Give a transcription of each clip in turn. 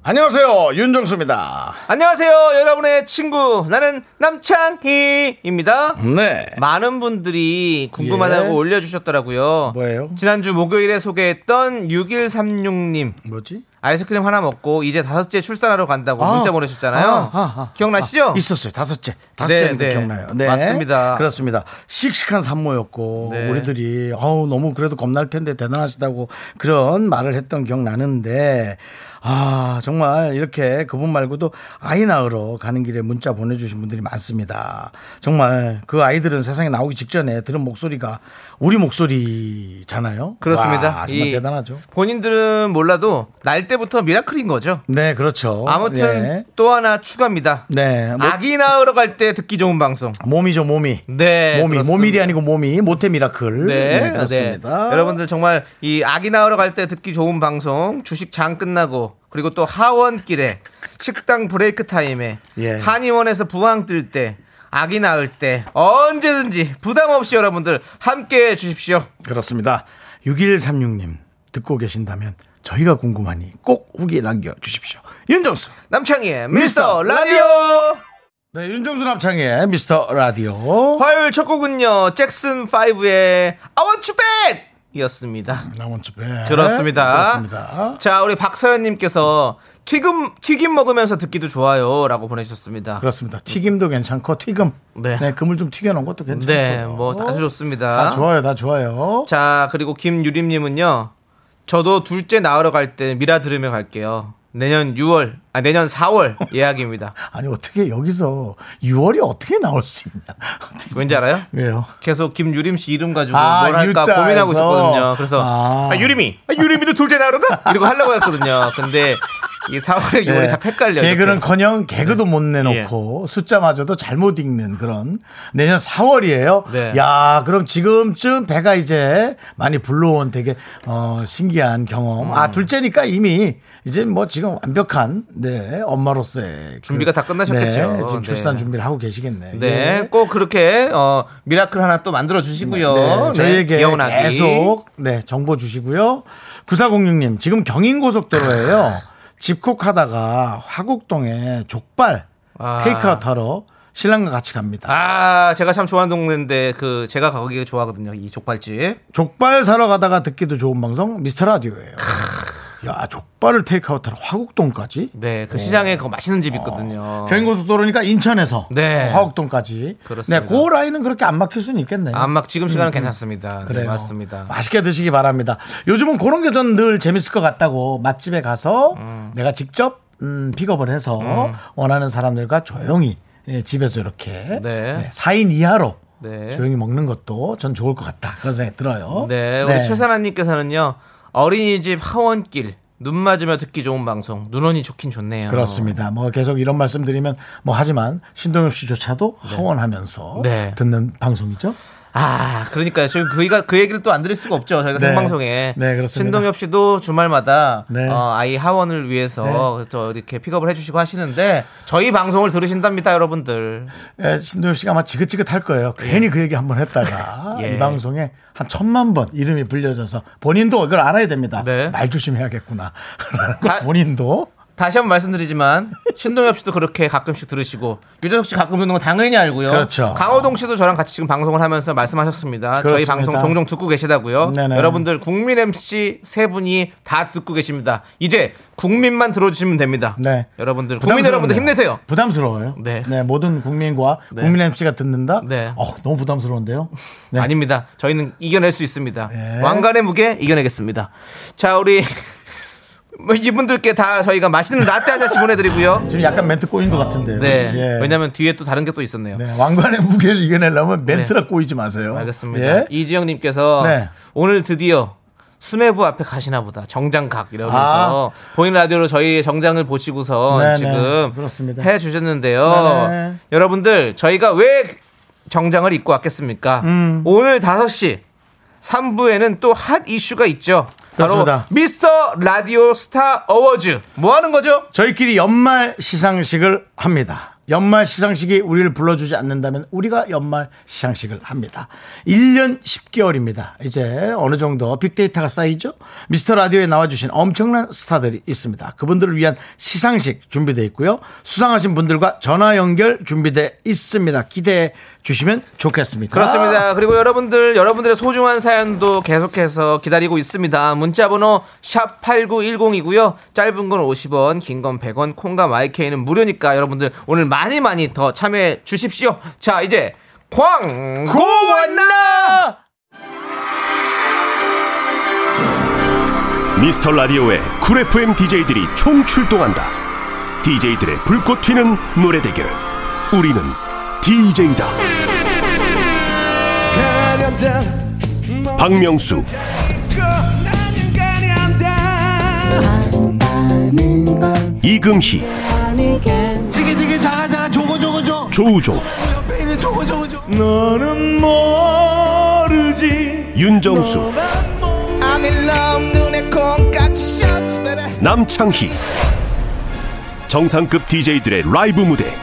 안녕하세요 윤정수입니다. 안녕하세요, 여러분의 친구. 나는 남창희입니다. 네. 많은 분들이 궁금하다고 예. 올려주셨더라고요. 뭐예요? 지난주 목요일에 소개했던 6136님. 뭐지? 아이스크림 하나 먹고 이제 다섯째 출산하러 간다고 아. 문자 보내셨잖아요. 아, 아, 아. 기억나시죠? 있었어요 다섯째 다섯째 그 네, 네. 기억나요. 맞습니다. 그렇습니다. 씩씩한 산모였고 네. 우리들이 아우 너무 그래도 겁날 텐데 대단하시다고 그런 말을 했던 기억 나는데 아 정말 이렇게 그분 말고도 아이 낳으러 가는 길에 문자 보내주신 분들이 많습니다. 정말 그 아이들은 세상에 나오기 직전에 들은 목소리가 우리 목소리잖아요. 그렇습니다. 와, 정말 이 대단하죠. 본인들은 몰라도 날 때부터 미라클인 거죠. 네 그렇죠. 아무튼 네. 또 하나 추가입니다. 네, 뭐- 아기 낳으러 갈 때 듣기 좋은 방송. 몸이죠 몸이. 네, 몸이 그렇습니다. 몸일이 아니고 몸이 모태 미라클. 네, 네, 네. 그렇습니다. 여러분들 정말 이 아기 낳으러 갈 때 듣기 좋은 방송 주식장 끝나고 그리고 또 하원길에 식당 브레이크 타임에 예. 한의원에서 부항 뜰 때 아기 낳을 때 언제든지 부담 없이 여러분들 함께해 주십시오. 그렇습니다. 6136님 듣고 계신다면 저희가 궁금하니 꼭 후기에 남겨 주십시오. 윤정수. 남창희의 미스터 미스터 라디오. 네, 윤정수 남창의 미스터 라디오. 화요일 첫 곡은요 잭슨 5의 예, I Want You Back 이었습니다. 나원주 배. 그렇습니다. 예, 그렇습니다. 자, 우리 박서연님께서 튀김, 튀김 먹으면서 듣기도 좋아요. 라고 보내주셨습니다. 그렇습니다. 튀김도 괜찮고 튀김. 네. 네. 금을 좀 튀겨 놓은 것도 괜찮고. 네, 뭐 아주 좋습니다. 다 좋아요. 다 좋아요. 자, 그리고 김유림님은요. 저도 둘째 낳으러 갈 때 미라 들으며 갈게요. 내년 6월, 아, 내년 4월 예약입니다. 아니 어떻게 여기서 6월이 어떻게 나올 수 있냐? 왠지 알아요? 왜요? 계속 김유림 씨 이름 가지고 아, 뭘 할까 U자에서. 고민하고 있었거든요. 그래서 아. 아, 유림이, 아, 유림이도 둘째 낳으러 가? 이러고 하려고 했거든요. 근데 이 4월에 6월이 네. 자꾸 헷갈려요. 이렇게. 네. 예. 개그는커녕 개그도 못 내놓고 숫자마저도 잘못 읽는 그런 내년 4월이에요. 네. 야 그럼 지금쯤 배가 이제 많이 불러온 되게 어, 신기한 경험. 음. 아 둘째니까 이미 이제 뭐 지금 완벽한 네 엄마로서의 준비가 다 끝나셨겠죠. 네, 지금 네. 출산 준비를 하고 계시겠네. 네, 예. 꼭 그렇게 어, 미라클 하나 또 만들어 주시고요. 네, 네, 저희에게 귀여운 아기. 계속 네, 정보 주시고요. 9406님, 지금 경인고속도로예요. 아. 집콕하다가 화곡동에 족발 아. 테이크아웃 하러 신랑과 같이 갑니다. 아, 제가 참 좋아하는 동네인데 그 제가 가기 좋아하거든요. 이 족발집. 족발 사러 가다가 듣기도 좋은 방송 미스터 라디오예요. 야, 족발을 테이크아웃 하러 화곡동까지? 네, 그 시장에 그 맛있는 집 있거든요. 경인고속도로니까 인천에서 어. 네. 어. 화곡동까지. 그렇습니다. 네, 그 라인은 그렇게 안 막힐 수는 있겠네요. 음, 안 막 지금 시간은 괜찮습니다. 그래요. 아, 네, 맞습니다. 맛있게 드시기 바랍니다. 요즘은 그런 게 전 늘 재밌을 것 같다고 맛집에 가서 내가 직접 음, 픽업을 해서 원하는 사람들과 조용히 예, 집에서 이렇게 네. 네, 4인 이하로 네. 조용히 먹는 것도 전 좋을 것 같다 그런 생각이 들어요. 네, 우리 최사나님께서는요 어린이집 하원길 눈 맞으며 듣기 좋은 방송 눈원이 좋긴 좋네요. 그렇습니다. 뭐 계속 이런 말씀드리면 뭐 하지만 신동엽 씨조차도 하원하면서 네. 듣는 방송이죠. 아, 그러니까요. 지금 그이가 그 얘기를 또 안 드릴 수가 없죠. 저희가 네. 생방송에. 네, 그렇습니다. 신동엽 씨도 주말마다 네. 어, 아이 하원을 위해서 저 이렇게 픽업을 해주시고 하시는데 저희 방송을 들으신답니다, 여러분들. 예, 신동엽 씨가 아마 지긋지긋할 거예요. 괜히 그 얘기 한번 했다가 예. 이 방송에 한 천만 번 이름이 불려져서 본인도 이걸 알아야 됩니다. 네. 아, 말 조심해야겠구나. 라는 걸 다- 본인도 다시 한번 말씀드리지만 신동엽 씨도 그렇게 가끔씩 들으시고 유재석 씨 가끔 듣는 건 당연히 알고요. 그렇죠. 강호동 씨도 저랑 같이 지금 방송을 하면서 말씀하셨습니다. 저희 그렇습니다. 방송 종종 듣고 계시다고요. 네네. 여러분들 국민 MC 세 분이 다 듣고 계십니다. 이제 국민만 들어주시면 됩니다. 네. 여러분들 국민 부담스럽네요. 여러분들 힘내세요. 부담스러워요. 네. 네. 모든 국민과 네. 국민 MC가 듣는다. 네. 어, 너무 부담스러운데요. 네. 아닙니다. 저희는 이겨낼 수 있습니다. 네. 왕관의 무게 이겨내겠습니다. 자, 우리 뭐 이분들께 다 저희가 맛있는 라떼 한 잔씩 보내드리고요. 지금 약간 멘트 꼬인 것 같은데요. 네. 예. 왜냐면 뒤에 또 다른 게 또 있었네요. 네, 왕관의 무게를 네. 이겨내려면 멘트라 꼬이지 마세요. 알겠습니다. 예. 이지영님께서 네. 오늘 드디어 수뇌부 앞에 가시나 보다. 정장각 이러면서 보이는 라디오로 저희의 정장을 보시고서 아. 네네, 지금 그렇습니다. 해 주셨는데요. 네네. 여러분들 저희가 왜 정장을 입고 왔겠습니까? 음. 오늘 5시 3부에는 또 핫 이슈가 있죠. 바로 그렇습니다. 미스터 라디오 스타 어워즈. 뭐 하는 거죠? 저희끼리 연말 시상식을 합니다. 연말 시상식이 우리를 불러주지 않는다면 우리가 연말 시상식을 합니다. 1년 10개월입니다. 이제 어느 정도 빅데이터가 쌓이죠? 미스터 라디오에 나와주신 엄청난 스타들이 있습니다. 그분들을 위한 시상식 준비되어 있고요. 수상하신 분들과 전화 연결 준비되어 있습니다. 기대해 주시면 좋겠습니다. 그렇습니다. 그리고 여러분들 여러분들의 소중한 사연도 계속해서 기다리고 있습니다. 문자 번호 샵 8910이고요. 짧은 건 50원, 긴 건 100원, 콩과 마이케이는 무료니까 여러분들 오늘 많이 많이 더 참여해 주십시오. 자, 이제 광고 왔나! 미스터 라디오의 쿨 FM DJ들이 총 출동한다. DJ들의 불꽃 튀는 노래 대결. 우리는 DJ다. 박명수, 이금희, 조우종, 너는 뭐 모르지. 윤정수, I'm in love, 눈에 콩깍지 샷, baby. 남창희. 정상급 DJ들의 라이브 무대.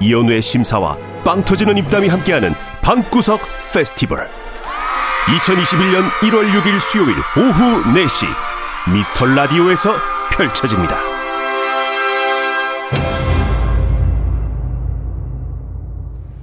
이연우의 심사와 빵 터지는 입담이 함께하는 방구석 페스티벌. 2021년 1월 6일 수요일 오후 4시 미스터 라디오에서 펼쳐집니다.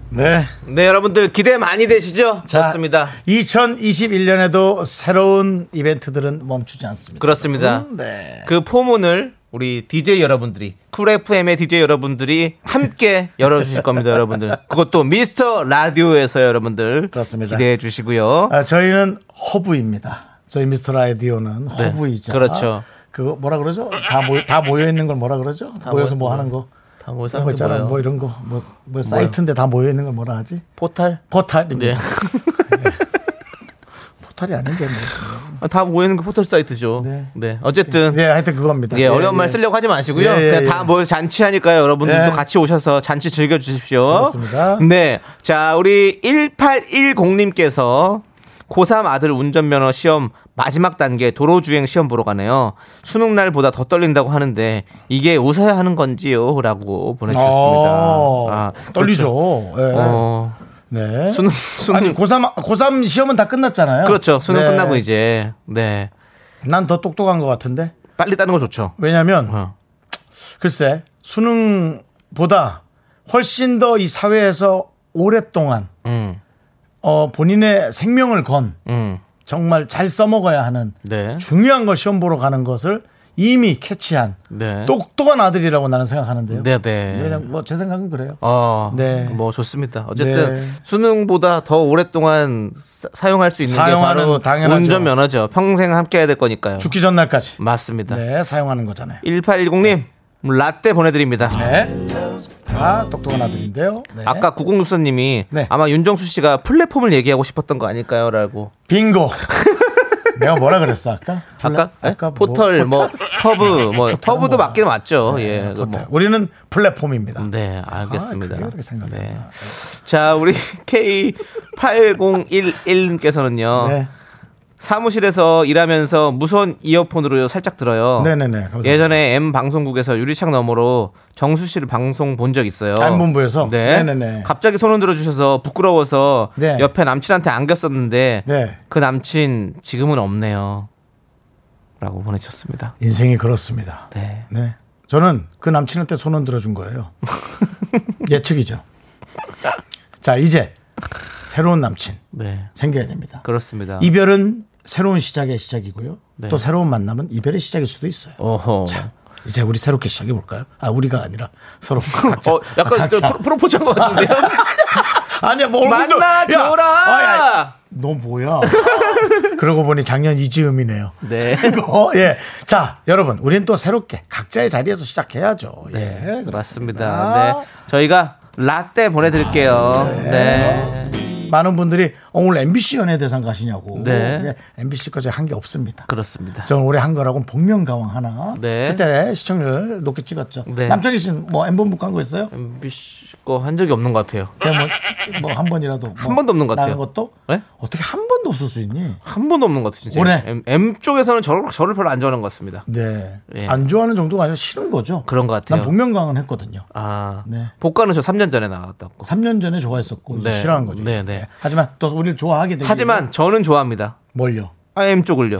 네. 네, 여러분들 기대 많이 되시죠? 자, 좋습니다. 2021년에도 새로운 이벤트들은 멈추지 않습니다. 그렇습니다. 음, 네. 그 포문을 우리 DJ 여러분들이 쿨 FM의 DJ 여러분들이 함께 열어주실 겁니다, 여러분들. 그것도 미스터 라디오에서 여러분들 그렇습니다. 기대해 주시고요. 아, 저희는 허브입니다. 저희 미스터 라디오는 네, 허브이자 그렇죠. 그거 뭐라 그러죠? 다 모여 다 모여 있는 걸 뭐라 그러죠? 모여서 뭐 하는 거? 다 모여서 그런 거 하는 게 있잖아. 뭐예요? 뭐 이런 거. 뭐, 뭐 사이트인데 다 모여 있는 걸 뭐라 하지? 포탈. 포탈입니다. 네. 포탈이 아닌 게 뭐. 아, 다 모이는 그 포털 사이트죠. 네. 네. 어쨌든 예, 하여튼 그겁니다. 예, 어려운 말 려 쓰려고 하지 마시고요. 예, 예, 그냥 예. 다 모여 잔치하니까요. 여러분들도 예. 같이 오셔서 잔치 즐겨 주십시오. 그렇습니다. 네. 자, 우리 1810님께서 고3 아들 운전면허 시험 마지막 단계 도로주행 시험 보러 가네요. 수능 날보다 더 떨린다고 하는데 이게 웃어야 하는 건지요? 라고 보내주셨습니다. 아, 어, 떨리죠. 예. 그렇죠. 어, 네. 수능, 수능. 아니 고3 고3 시험은 다 끝났잖아요. 그렇죠. 수능 네. 끝나고 이제. 네. 난 더 똑똑한 것 같은데. 빨리 따는 거 좋죠. 왜냐면 어. 글쎄 수능보다 훨씬 더 이 사회에서 오랫동안 음, 어, 본인의 생명을 건 음. 정말 잘 써먹어야 하는 네. 중요한 걸 시험 보러 가는 것을 이미 캐치한 네. 똑똑한 아들이라고 나는 생각하는데요. 네, 네. 그냥 뭐 제 생각은 그래요. 어, 네. 뭐 좋습니다. 어쨌든 네. 수능보다 더 오랫동안 사, 사용할 수 있는 게 사용하는 바로 당연하죠. 운전 면허죠. 평생 함께해야 될 거니까요. 죽기 전날까지. 맞습니다. 네, 사용하는 거잖아요. 1810님 라떼 보내드립니다. 네. 아, 똑똑한 아들인데요. 네. 아까 9064님이 네. 아마 윤정수 씨가 플랫폼을 얘기하고 싶었던 거 아닐까요?라고 빙고. 내가 뭐라 그랬어 아까? 아까 예? 뭐- 포털 뭐 허브 뭐 허브도 뭐야. 맞기는 맞죠. 예, 그 네, 포털. 뭐. 우리는 플랫폼입니다. 네, 아, 알겠습니다. 그게 그렇게 생각나. 네. 자, 우리 K8011님께서는요. 네. 사무실에서 일하면서 무선 이어폰으로 살짝 들어요. 네네네. 감사합니다. 예전에 M 방송국에서 유리창 너머로 정수 씨를 방송 본 적 있어요. 안 본부에서? 네. 네네네. 갑자기 손을 들어주셔서 부끄러워서 네. 옆에 남친한테 안겼었는데 네. 그 남친 지금은 없네요. 라고 보내셨습니다. 인생이 그렇습니다. 네. 네. 저는 그 남친한테 손 흔들어 준 거예요. 예측이죠. 자, 이제 새로운 남친 네. 생겨야 됩니다. 그렇습니다. 이별은 새로운 시작의 시작이고요. 네. 또 새로운 만남은 이별의 시작일 수도 있어요. 어허. 이제 우리 새롭게 시작해 볼까요? 아, 우리가 아니라 서로 각자. 어, 약간 각자. 저 프로, 프로포즈한 것 같은데요? 아니야, 뭐 얼굴도 만나줘라! 야, 아이, 아이, 너 뭐야? 그러고 보니 작년 이지음이네요. 네. 어, 예. 자, 여러분, 우린 또 새롭게 각자의 자리에서 시작해야죠. 예. 아, 네, 맞습니다. 네. 저희가 라떼 보내드릴게요. 네. 많은 분들이 어, 오늘 MBC 연예대상 가시냐고. 네. 예, MBC 까지 한 게 없습니다. 그렇습니다. 저는 올해 한 거라고는 복면가왕 하나. 네. 그때 시청률 높게 찍었죠. 네. 남창희 씨는 뭐 엠본북 한거 있어요? MBC 거 한 적이 없는 것 같아요. 그냥 뭐 한 번이라도 뭐 한 번도 없는 것 같아요. 나는 것도 네? 어떻게 한 번도 없을 수 있니? 한 번도 없는 것 같아요, 진짜. 올해. M, M 쪽에서는 저를, 저를 별로 안 좋아하는 것 같습니다. 네. 예. 안 좋아하는 정도가 아니라 싫은 거죠. 그런 것 같아요. 난 복면가왕은 했거든요. 아, 네. 복과는 저 3년 전에 나갔다고. 3년 전에 좋아했었고 뭐 이제 네. 싫어하는 거죠. 네, 네. 예. 하지만 또 우리를 좋아하게 되고 하지만 저는 좋아합니다. 뭘요? 아, M 쪽을요.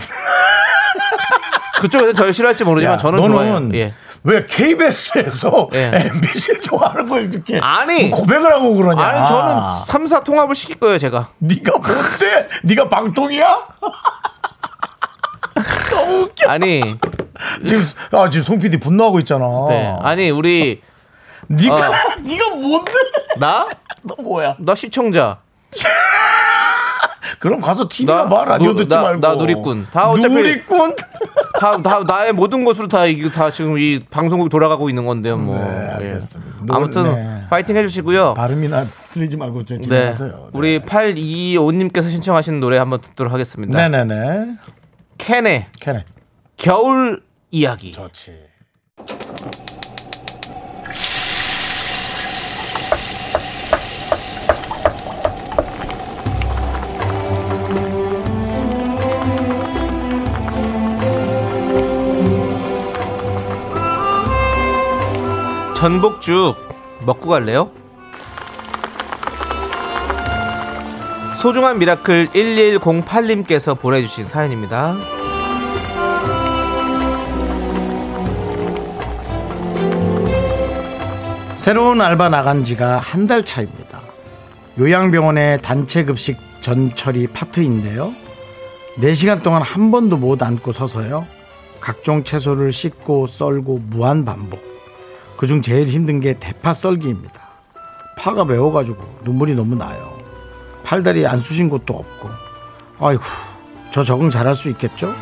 그쪽에서 저를 싫어할지 모르지만 야, 저는 좋아해요. 너는 예. 왜 KBS에서 예. MBC를 좋아하는 걸 이렇게 아니. 뭐 고백을 하고 그러냐? 아니, 저는 3사 통합을 시킬 거예요, 제가. 네가 뭔데? 네가 방통이야? 너무 웃겨. 아니, 지금 아 지금 송 PD 분노하고 있잖아. 네. 아니, 우리, 어. 네가 어. 네가 뭔데? 나? 너 뭐야? 나 시청자. 그럼 가서 TV나 나- 봐 라디오 누- 듣지 나- 말고. 나 누리꾼. 다 어차피- 누리꾼. 다, 다 나의 모든 것으로 다, 이게 다 지금 이 방송국이 돌아가고 있는 건데요, 뭐. 네, 알겠습니다. 예. 아무튼, 네. 파이팅 해주시고요. 발음이나 틀리지 말고 좀 네. 진행하세요. 우리 8225님께서 신청하신 노래 한번 듣도록 하겠습니다. 네. 네네네. 캔의 캐네. 겨울 이야기. 그렇지. 전복죽 먹고 갈래요? 소중한 미라클 1108님께서 보내주신 사연입니다. 새로운 알바 나간 지가 한 달 차입니다. 요양병원의 단체 급식 전처리 파트인데요. 4시간 동안 한 번도 못 앉고 서서요. 각종 채소를 씻고 썰고 무한 반복. 그중 제일 힘든 게 대파 썰기입니다. 파가 매워가지고 눈물이 너무 나요. 팔다리 안 쑤신 곳도 없고. 아이고, 저 적응 잘할 수 있겠죠?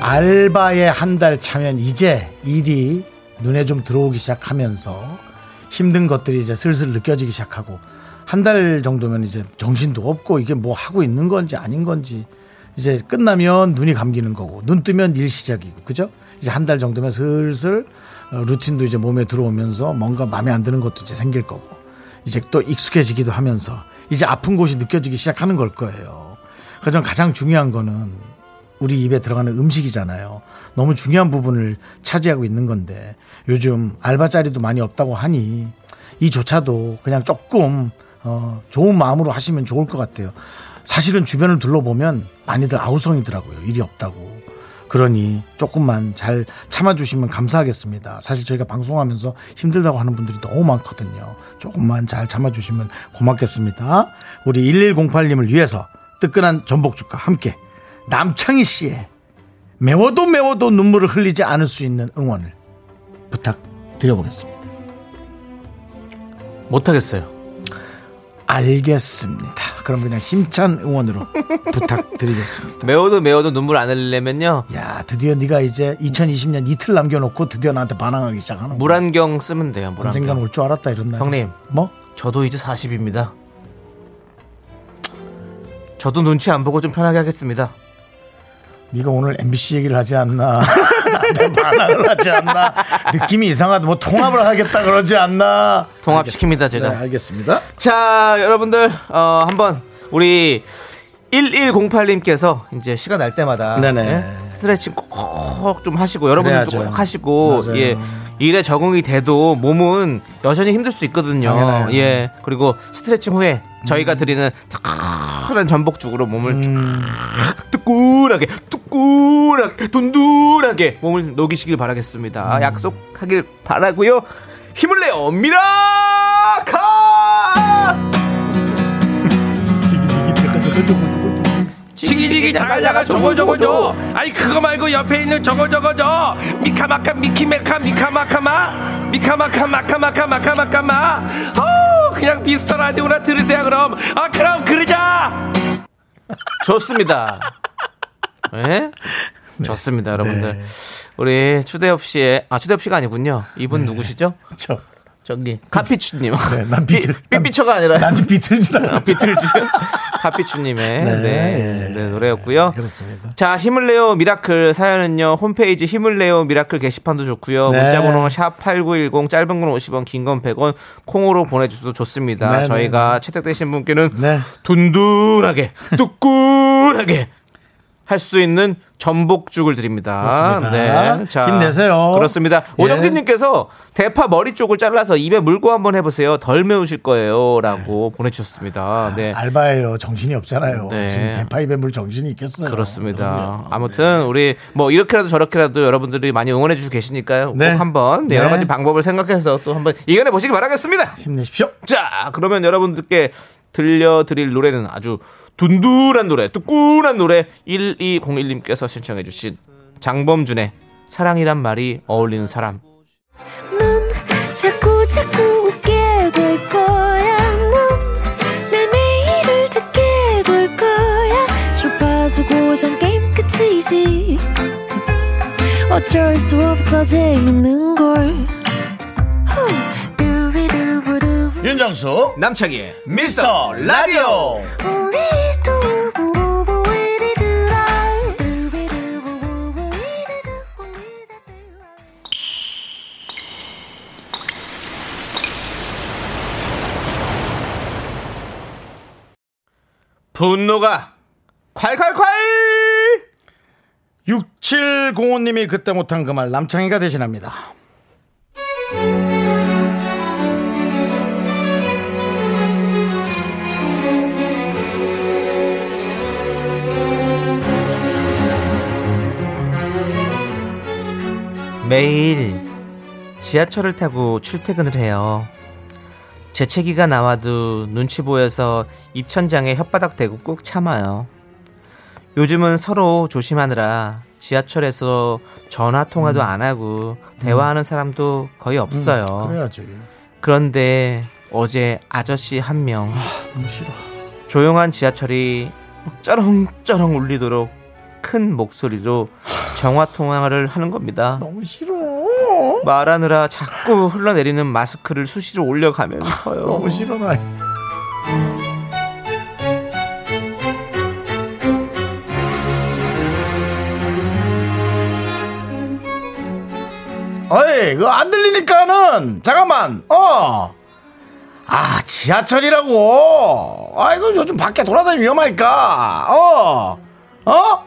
알바에 한 달 차면 이제 일이 눈에 좀 들어오기 시작하면서 힘든 것들이 이제 슬슬 느껴지기 시작하고 한 달 정도면 이제 정신도 없고 이게 뭐 하고 있는 건지 아닌 건지 이제 끝나면 눈이 감기는 거고 눈 뜨면 일 시작이고 그죠? 이제 한 달 정도면 슬슬 어, 루틴도 이제 몸에 들어오면서 뭔가 마음에 안 드는 것도 이제 생길 거고 이제 또 익숙해지기도 하면서 이제 아픈 곳이 느껴지기 시작하는 걸 거예요. 그래서 저는 가장 중요한 거는 우리 입에 들어가는 음식이잖아요. 너무 중요한 부분을 차지하고 있는 건데 요즘 알바 자리도 많이 없다고 하니 이조차도 그냥 조금 어, 좋은 마음으로 하시면 좋을 것 같아요. 사실은 주변을 둘러보면 많이들 아우성이더라고요. 일이 없다고. 그러니 조금만 잘 참아주시면 감사하겠습니다. 사실 저희가 방송하면서 힘들다고 하는 분들이 너무 많거든요. 조금만 잘 참아주시면 고맙겠습니다. 우리 1108님을 위해서 뜨끈한 전복죽과 함께 남창희 씨의 매워도 매워도 눈물을 흘리지 않을 수 있는 응원을 부탁드려보겠습니다. 못하겠어요. 알겠습니다. 그럼 그냥 힘찬 응원으로 부탁드리겠습니다. 매워도 매워도 눈물 안 흘리려면요. 야, 드디어 네가 이제 2020년 이틀 남겨놓고 드디어 나한테 반항하기 시작하는 거야. 물안경 쓰면 돼요, 언젠간 물안경. 올 줄 알았다 이런 날. 형님. 뭐? 저도 이제 40입니다. 저도 눈치 안 보고 좀 편하게 하겠습니다. 네가 오늘 MBC 얘기를 하지 않나? 나한테 반항을 하지 않나? 느낌이 이상하다. 뭐 통합을 하겠다 그러지 않나? 통합시킵니다, 제가. 네, 알겠습니다. 자, 여러분들, 어, 한번 우리 1108님께서 이제 시간 날 때마다 네네. 예? 스트레칭 꼭 좀 하시고 여러분들도 그래야죠. 꼭 하시고 맞아요. 예. 일에 적응이 돼도 몸은 여전히 힘들 수 있거든요. 당연해요. 예. 그리고 스트레칭 후에 저희가 드리는 특한 전복죽으로 몸을 음. 쫙 뜨끈하게 뜨끈하게 둔둔하게 몸을 녹이시길 바라겠습니다. 음. 약속하길 바라고요. 힘을 내요. 미라카! 지기지기 자갈자갈 조고조고조 아이 그거 말고 옆에 있는 저거저거저 미카마카 미키메카 미카마카마 미카마카 마카마카 마카마카마 어 그냥 미스터 라디오나 들으세요 그럼 아 그럼 그러자 네. 좋습니다. 예? 좋습니다, 여러분들. 우리 추대엽 씨의 아 추대엽 씨가 아니군요. 이분 누구시죠? 네. 저, 저기 카피추님. 네, 난 삐- 비틀- 난- 삐삐처가 아니라 난좀 비틀지라. 비틀즈 카피추님의 네, 네, 네, 노래였고요. 그렇습니다. 자 힘을 내요 미라클 사연은요 홈페이지 힘을 내요 미라클 게시판도 좋고요 네. 문자번호 샵8910 짧은 건 50원 긴 건 100원 콩으로 보내주셔도 좋습니다 네, 네, 저희가 채택되신 분께는 네. 둔둔하게 뚜끈하게 할 수 있는 전복죽을 드립니다. 네. 그렇습니다. 힘내세요. 그렇습니다. 예. 오정진님께서 대파 머리 쪽을 잘라서 입에 물고 한번 해보세요. 덜 매우실 거예요라고 아, 보내주셨습니다. 네. 알바예요. 정신이 없잖아요. 네. 지금 대파입에 물 정신이 있겠어요. 네. 그렇습니다. 아무튼 우리 뭐 이렇게라도 저렇게라도 여러분들이 많이 응원해 주고 계시니까요. 네. 꼭 한번 네, 네. 여러 가지 방법을 생각해서 또 한번 이겨내 보시기 바라겠습니다. 힘내십시오. 자, 그러면 여러분들께 들려드릴 노래는 아주 둔둔한 노래, 뚜끈한 노래 1201님께서 신청해 주신 장범준의 사랑이란 말이 어울리는 사람. 넌 자꾸 자꾸 웃게 될 거야. 넌내 매일을 듣게 될 거야. 주파수 고정 게임 끝이지. 어쩔 수 없어 재밌는 걸. 후. 두비두부두부. 윤정수 남창희의 미스터 라디오. 우리 두부부부 우리 두라. 두비두부부부 우리 두부 우리 다 두라. 분노가 콸콸콸! 6705님이 그때 못한 그 말 남창희가 대신합니다. 매일 지하철을 타고 출퇴근을 해요. 재채기가 나와도 눈치 보여서 입천장에 혓바닥 대고 꾹 참아요. 요즘은 서로 조심하느라 지하철에서 전화 통화도 음. 안 하고 대화하는 사람도 거의 없어요. 그래야지. 그런데 어제 아저씨 한 명 너무 싫어. 조용한 지하철이 쩌렁쩌렁 울리도록 큰 목소리로 정화 통화를 하는 겁니다. 너무 싫어. 말하느라 자꾸 흘러내리는 마스크를 수시로 올려가면서요. 너무 싫어 나. 어이, 그거 안 들리니까는 잠깐만. 어. 아, 지하철이라고. 아이고 요즘 밖에 돌아다니면 위험하니까. 어. 어?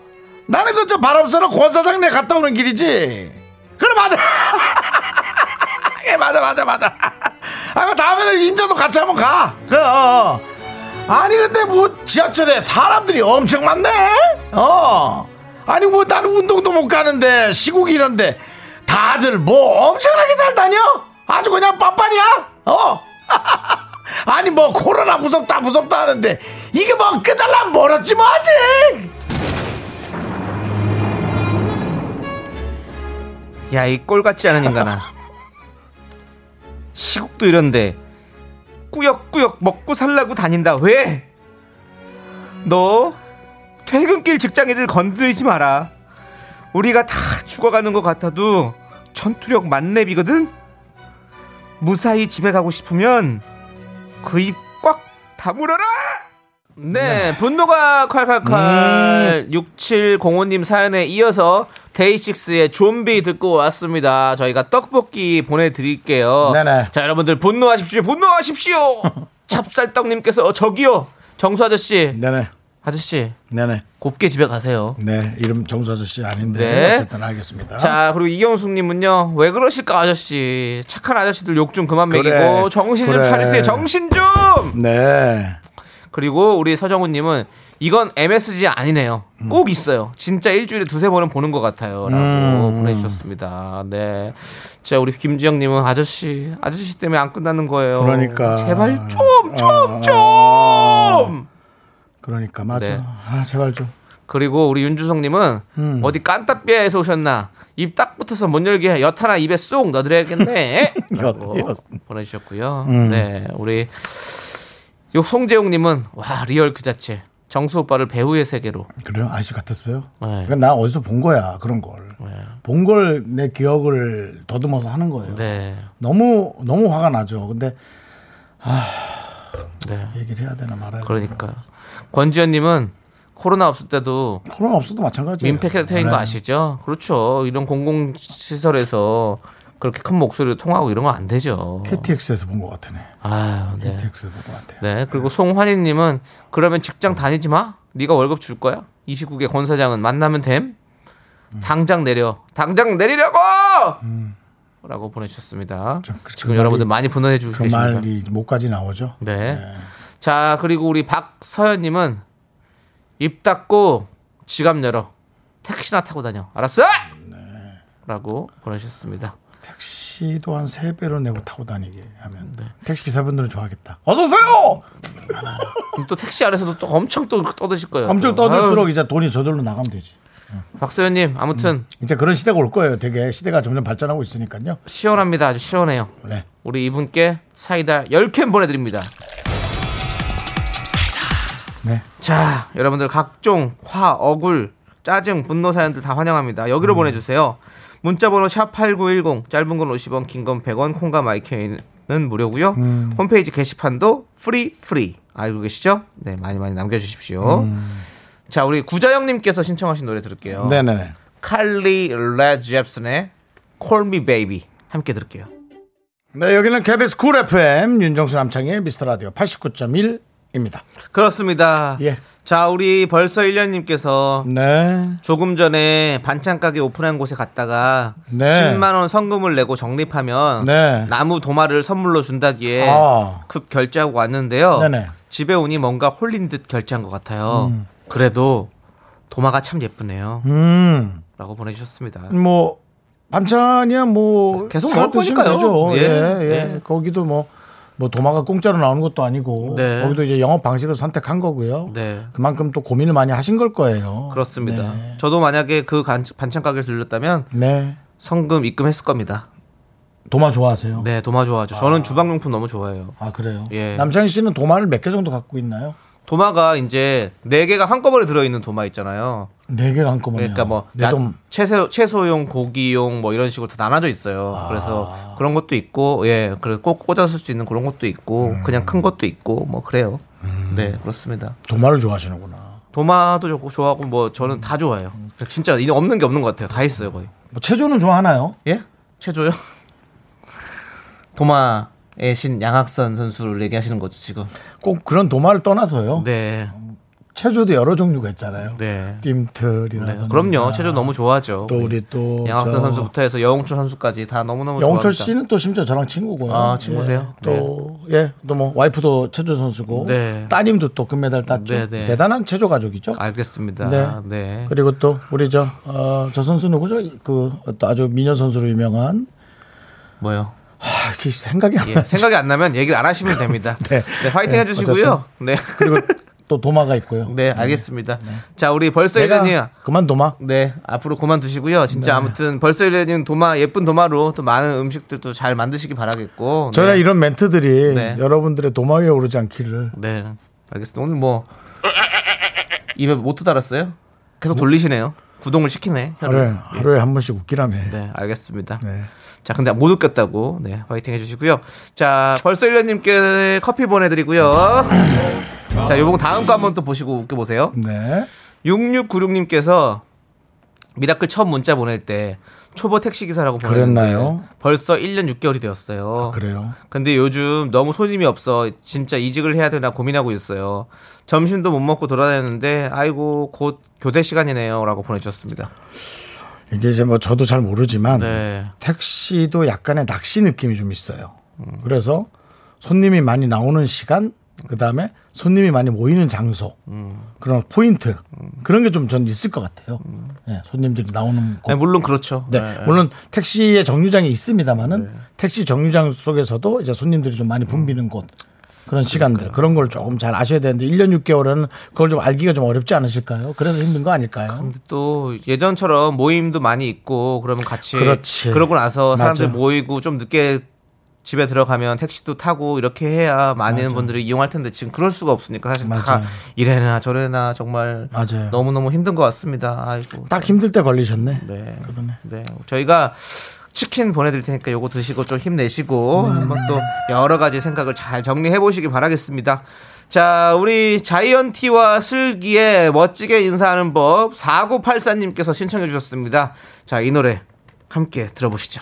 나는 그저 바람 쐬러 권사장네 갔다 오는 길이지. 그래 맞아. 예, 맞아, 맞아, 맞아. 아, 그 다음에는 임자도 같이 한번 가. 그, 어, 어. 아니, 근데 뭐 지하철에 사람들이 엄청 많네? 어. 아니, 뭐 나는 운동도 못 가는데, 시국이 이런데, 다들 뭐 엄청나게 잘 다녀? 아주 그냥 빤빤이야? 어. 아니, 뭐 코로나 무섭다, 무섭다 하는데, 이게 뭐 끝날라 멀었지 뭐 아직! 야, 이 꼴 같지 않은 인간아. 시국도 이런데 꾸역꾸역 먹고 살라고 다닌다. 왜? 너 퇴근길 직장인들 건드리지 마라. 우리가 다 죽어가는 것 같아도 전투력 만렙이거든. 무사히 집에 가고 싶으면 그 입 꽉 다물어라. 네, 분노가 콸콸콸 6705님 사연에 이어서 데이식스의 좀비 듣고 왔습니다. 저희가 떡볶이 보내드릴게요. 네네. 자, 여러분들 분노하십시오. 분노하십시오. 찹쌀떡님께서 어, 저기요. 정수 아저씨. 네네, 아저씨 네네. 곱게 집에 가세요. 네, 이름 정수 아저씨 아닌데, 네. 어쨌든 알겠습니다. 자 그리고 이경숙님은요 왜 그러실까 아저씨 착한 아저씨들 욕 좀 그만 그래, 먹이고 정신 좀 그래. 차리세요 정신 좀 네. 그리고 우리 서정훈님은 이건 MSG 아니네요 음. 꼭 있어요 진짜 일주일에 두세 번은 보는 것 같아요라고 음. 보내주셨습니다 네자 우리 김지영님은 아저씨 아저씨 때문에 안 끝나는 거예요 그러니까. 제발 아, 좀좀좀 어. 그러니까 맞아. 네. 아 제발 좀. 그리고 우리 윤주성님은 어디 깐따삐아에서 오셨나 입 딱 붙어서 못 열게 해. 엿 하나 입에 쏙 넣어드려야겠네 라고 엿, 엿. 보내주셨고요 네 우리 요 송재웅님은 와 리얼 그 자체 정수 오빠를 배우의 세계로. 그래요? 아저씨 같았어요? 네. 그러니까 나 어디서 본 거야 그런 걸. 본 걸 내 기억을 더듬어서 하는 거예요. 네. 너무 너무 화가 나죠. 근데 아, 네. 얘기를 해야 되나 말아야 되나. 그러니까 권지현님은 코로나 없을 때도 코로나 없어도 마찬가지예요. 네. 민폐캐릭터인 거 아시죠? 그렇죠. 이런 공공시설에서 그렇게 큰 목소리로 통하고 이런 건 안 되죠. KTX에서 본 것 같으네. 아유, 네. KTX에서 본 것 같아요. 네. 그리고 송환희님은 그러면 직장 다니지 마. 네가 월급 줄 거야. 이 시국에 권 사장은 만나면 됨. 음. 당장 내려. 당장 내리라고. 라고 보내주셨습니다. 저- 음. 그- 지금 그 여러분들 말이- 많이 분노해 주고 그 계십니다. 말이 목까지 나오죠. 네. 자 그리고 우리 박서연님은 입 닫고 지갑 열어 택시나 타고 다녀. 알았어? 네. 라고 보내셨습니다. 택시도 한 세 배로 내고 타고 다니게 하면 네. 택시 기사분들은 좋아하겠다. 어서 오세요. 그럼 음. 또 택시 안에서도 또 엄청 또 떠드실 거예요. 엄청 또. 떠들수록 이제 음. 돈이 저절로 나가면 되지. 아유, 박서연님 아무튼 이제 그런 시대가 올 거예요. 되게 시대가 점점 발전하고 있으니까요. 시원합니다. 아주 시원해요. 네. 우리 이분께 사이다 10캔 보내드립니다. 네. 자, 여러분들 각종 화, 억울, 짜증, 분노 사연들 다 환영합니다. 여기로 음. 보내주세요. 문자번호 샵 8910, 짧은 건 50원, 긴 건 100원, 콩과 마이케이는 무료고요. 음. 홈페이지 게시판도 프리 프리 알고 계시죠? 네, 많이 많이 어? 남겨주십시오. 음. 자, 우리 구자영님께서 신청하신 노래 들을게요. 음. 네네네. 칼리 레 잽슨의 Call Me Baby 함께 들을게요. 네, 여기는 KBS 쿨 FM 윤정수 남창의 미스터 라디오 89.1입니다. 그렇습니다. 예. 자, 우리 벌써 1년님께서 네. 조금 전에 반찬 가게 오픈한 곳에 갔다가 네. 10만 원 성금을 내고 적립하면 네. 나무 도마를 선물로 준다기에 아. 급 결제하고 왔는데요. 네네. 집에 오니 뭔가 홀린 듯 결제한 것 같아요. 그래도 도마가 참 예쁘네요. 음. 라고 보내주셨습니다. 뭐 반찬이야 뭐 계속 사 먹을 드시면 거니까요. 되죠. 예, 예, 예. 예. 거기도 뭐. 뭐 도마가 공짜로 나오는 것도 아니고 네. 거기도 이제 영업 방식을 선택한 거고요. 네. 그만큼 또 고민을 많이 하신 걸 거예요. 그렇습니다. 네. 저도 만약에 그 간- 반찬 가게를 들렸다면 네. 성금 입금했을 겁니다. 도마 좋아하세요? 네, 도마 좋아하죠. 저는 주방용품 너무 좋아해요. 아 그래요. 예. 남창희 씨는 도마를 몇 개 정도 갖고 있나요? 도마가 이제 네 개가 한꺼번에 들어있는 도마 있잖아요. 네 개를 한꺼번에. 그러니까 뭐 야- 내돈 채소 채소용 고기용 뭐 이런 식으로 다 나눠져 있어요. 아. 그래서 그런 것도 있고 예, 그래 꼭 꽂아 쓸 수 있는 그런 것도 있고 음. 그냥 큰 것도 있고 뭐 그래요. 네 그렇습니다. 도마를 좋아하시는구나. 도마도 좋고 좋아하고 뭐 저는 다 좋아해요. 그러니까 진짜 이 없는 게 없는 것 같아요. 다 있어요 거의. 뭐 체조는 좋아하나요? 예? 최조요? 도마의 신 양학선 선수를 얘기하시는 거죠 지금? 꼭 그런 도마를 떠나서요. 네, 체조도 여러 종류가 있잖아요. 네. 띠틀이라든가. 아, 그럼요. 최조 너무 좋아하죠. 또 우리 또 양학선 저- 선수부터 해서 영웅철 선수까지 다 너무너무 영철 좋아합니다. 씨는 또 심지어 저랑 친구고요. 아, 친구세요? 예, 또 예, 또 뭐 와이프도 체조 선수고 네. 따님도 또 금메달 땄죠. 네, 네. 대단한 체조 가족이죠. 알겠습니다. 네. 네. 그리고 또 우리 저 어 저 선수 누구죠? 그 어떤 아주 미녀 선수로 유명한 뭐요? 아, 이게 생각이 안 예, 나. 생각이 안 나면 얘기를 안 하시면 됩니다. 네. 네. 화이팅 네, 해주시고요. 네. 그리고 또 도마가 있고요. 네, 알겠습니다. 자, 우리 벌써 내가 네. 일년이야. 그만 도마. 네, 앞으로 그만두시고요. 진짜 아무튼 벌써 일년님 도마 예쁜 도마로 또 많은 음식들도 잘 만드시기 바라겠고. 저야 네. 이런 멘트들이 네. 여러분들의 도마 위에 오르지 않기를 네, 알겠습니다. 오늘 뭐 입에 모트 달았어요? 계속 돌리시네요. 구동을 시키네. 혀를. 하루에, 하루에 한 번씩 웃기라며. 예. 네, 알겠습니다. 네. 자, 근데 못 웃겼다고. 네, 화이팅 해주시고요. 자, 벌써 1년님께 커피 보내드리고요. 자, 요번 다음 거 한번 또 보시고 웃겨보세요. 네. 6696님께서 미라클 첫 문자 보낼 때 초보 택시기사라고 보냈는데 그랬나요? 아, 벌써 1년 6개월이 되었어요. 그래요. 근데 요즘 너무 손님이 없어 진짜 이직을 해야 되나 고민하고 있어요. 점심도 못 먹고 돌아다녔는데 아이고 곧 교대 시간이네요라고 보내주셨습니다. 이게 이제 뭐 저도 잘 모르지만 네. 택시도 약간의 낚시 느낌이 좀 있어요. 음. 그래서 손님이 많이 나오는 시간, 그 다음에 손님이 많이 모이는 장소, 그런 포인트 그런 게 좀 전 있을 것 같아요. 예, 손님들이 나오는 곳. 네, 물론 그렇죠. 네, 네. 물론 택시의 정류장이 있습니다만은 택시 정류장 속에서도 이제 손님들이 좀 많이 붐비는 곳 그런 시간들 그런 걸 조금 잘 아셔야 되는데 1년 6개월은 그걸 좀 알기가 좀 어렵지 않으실까요? 그래서 힘든 거 아닐까요? 근데 또 예전처럼 모임도 많이 있고 그러면 같이 그렇지. 러고 나서 사람들 맞아. 모이고 좀 늦게 집에 들어가면 택시도 타고 이렇게 해야 많은 분들이 이용할 텐데 지금 그럴 수가 없으니까 사실 다 맞아요. 이래나 저래나 정말 맞아요. 너무 너무 힘든 것 같습니다. 아이고 딱 힘들 때 걸리셨네. 네. 그러네. 네. 저희가 치킨 보내드릴 테니까 요거 드시고 좀 힘내시고 한번 또 여러 가지 생각을 잘 정리해 보시기 바라겠습니다. 자, 우리 자이언티와 슬기의 멋지게 인사하는 법 4984님께서 신청해 주셨습니다. 자, 이 노래 함께 들어보시죠.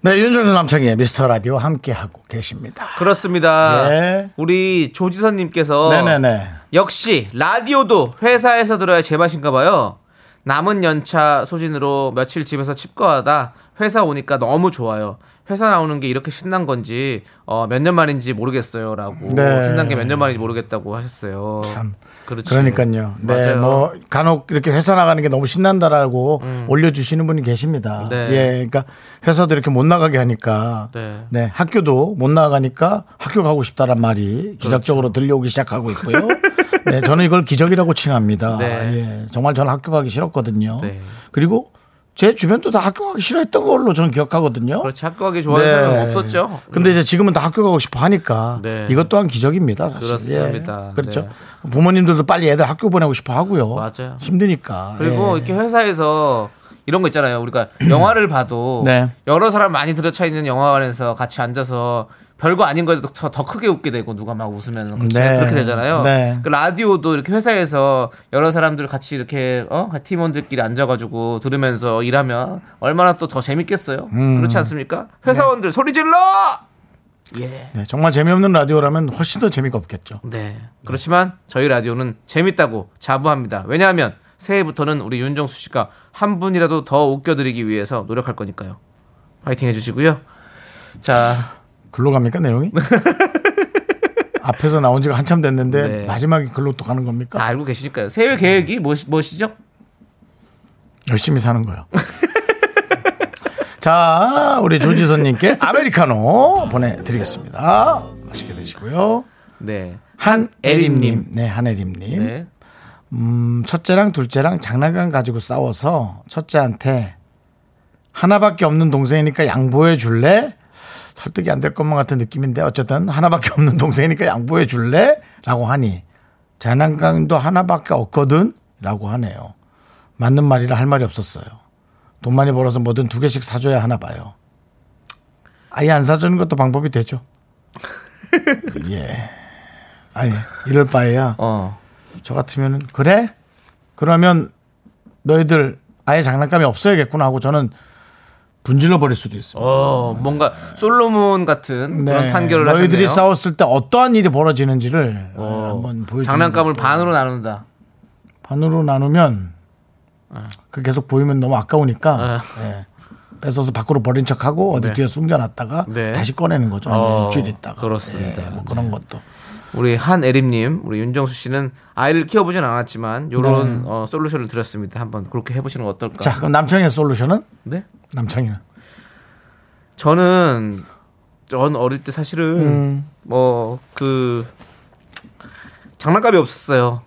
네, 윤정수 남창희의 미스터 라디오 함께하고 계십니다. 그렇습니다. 예. 우리 조지선 님께서 네네네. 역시 라디오도 회사에서 들어야 제맛인가 봐요. 남은 연차 소진으로 며칠 집에서 칩거하다 회사 오니까 너무 좋아요. 회사 나오는 게 이렇게 신난 건지 어, 몇 년 만인지 모르겠어요라고 네. 신난 게 몇 년 만인지 모르겠다고 하셨어요. 참. 그렇죠. 그러니까요. 네, 맞아요. 뭐 간혹 이렇게 회사 나가는 게 너무 신난다라고 올려주시는 분이 계십니다. 음. 네. 예, 그러니까 회사도 이렇게 못 나가게 하니까, 네. 네, 학교도 못 나가니까 학교 가고 싶다란 그렇죠. 말이 기적적으로 들려오기 시작하고 있고요. 네, 저는 이걸 기적이라고 칭합니다. 네. 예, 정말 저는 학교 가기 싫었거든요. 네. 그리고 제 주변도 다 학교 가기 싫어했던 걸로 저는 기억하거든요. 네. 그렇지 학교하기 좋아하는 사람은 없었죠. 근데 이제 지금은 다 학교 가고 싶어 하니까 네. 이것 또한 기적입니다. 사실. 그렇습니다. 네. 예. 그렇죠. 부모님들도 빨리 애들 학교 보내고 싶어 하고요. 맞아요. 힘드니까. 그리고 예. 이렇게 회사에서 이런 거 있잖아요. 우리가 영화를 봐도 네. 여러 사람 많이 들어차 있는 영화관에서 같이 앉아서 별거 아닌 거에도 더, 더 크게 웃게 되고 누가 막 웃으면 그렇게, 네. 그렇게 되잖아요. 네. 그 라디오도 이렇게 회사에서 여러 사람들 같이 이렇게 어? 팀원들끼리 앉아가지고 들으면서 일하면 얼마나 또 더 재밌겠어요. 음. 그렇지 않습니까? 회사원들 소리 질러! 예. 네, 정말 재미없는 라디오라면 훨씬 더 재미가 없겠죠. 네. 그렇지만 저희 라디오는 재밌다고 자부합니다. 왜냐하면 새해부터는 우리 윤정수 씨가 한 분이라도 더 웃겨드리기 위해서 노력할 거니까요. 파이팅 해주시고요. 자, 글로 갑니까 내용이? 앞에서 나온 지가 한참 됐는데 네. 마지막에 글로 또 가는 다 겁니까? 알고 계시니까요. 새해 계획이 뭐, 무엇, 무엇이죠? 열심히 사는 거요. 자, 우리 조지선님께 아메리카노 보내드리겠습니다. 맛있게 드시고요. 네. 한애림님, 네, 한애림님. 네. 음, 첫째랑 둘째랑 장난감 가지고 싸워서 첫째한테 하나밖에 없는 동생이니까 양보해 줄래? 설득이 안 될 것만 같은 느낌인데 어쨌든 하나밖에 없는 동생이니까 양보해 줄래? 라고 하니 장난감도 하나밖에 없거든? 라고 하네요. 맞는 말이라 할 말이 없었어요. 돈 많이 벌어서 뭐든 두 개씩 사줘야 하나 봐요. 아예 안 사주는 것도 방법이 되죠. 예. 아니, 이럴 바에야 어. 저 같으면은 그래? 그러면 너희들 아예 장난감이 없어야겠구나 하고 저는 분질러 버릴 수도 있습니다. 어, 뭔가 솔로몬 같은 그런 판결을 너희들이 하셨네요. 싸웠을 때 어떠한 일이 벌어지는지를 어, 한번 보여주는 장난감을 반으로 나눈다. 반으로 나누면 아. 그 계속 보이면 너무 아까우니까 어. 예. 뺏어서 밖으로 버린 척하고 어디 네. 뒤에 숨겨놨다가 네. 다시 꺼내는 거죠. 아니면 어, 뭐 일주일 있다가 그렇습니다. 네. 예, 뭐 그런 것도 우리 한애림님, 우리 윤정수 씨는 아이를 키워보진 않았지만 요런 어, 솔루션을 드렸습니다. 한번 그렇게 해보시는 거 어떨까? 네. 자 그럼 남창의 솔루션은 그러니까. 네? 남창이는 저는 전 어릴 때 사실은 음. 뭐 그 장난감이 없었어요.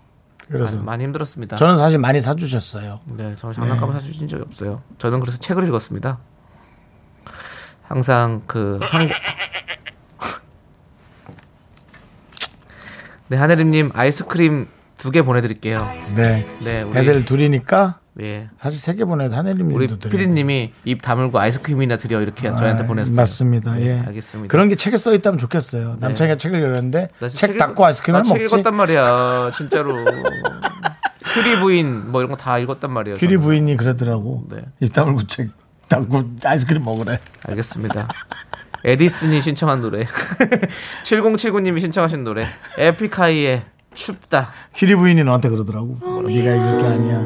그래서 많이, 많이 힘들었습니다. 저는 사실 많이 사주셨어요. 네, 저는 장난감을 사주신 적이 없어요. 저는 그래서 책을 읽었습니다. 항상 그 한... 네, 하늘님 아이스크림 두 개 보내드릴게요. 네. 네, 우리 애들 둘이니까 예. 사실 세개 보내도 하늘님도 우리 피디님이 입 다물고 아이스크림이나 드려 이렇게 저희한테 보냈어요. 예, 맞습니다. 네, 예. 알겠습니다. 네. 그런 게 책에 써 있다면 좋겠어요. 남창이가 책을 열었는데 나 진짜 책 읽- 닫고 아이스크림을 나책 먹지. 읽었단 말이야, 진짜로. 큐리 부인 뭐 이런 거 다 읽었단 말이에요. 규리 저는. 부인이 그러더라고. 네. 입 다물고 책 닫고 아이스크림 먹으래. 알겠습니다. 에디슨이 신청한 노래, 7079님이 신청하신 노래, 에픽하이의 춥다. 규리 부인이 너한테 그러더라고. 네가 읽을 게 아니야.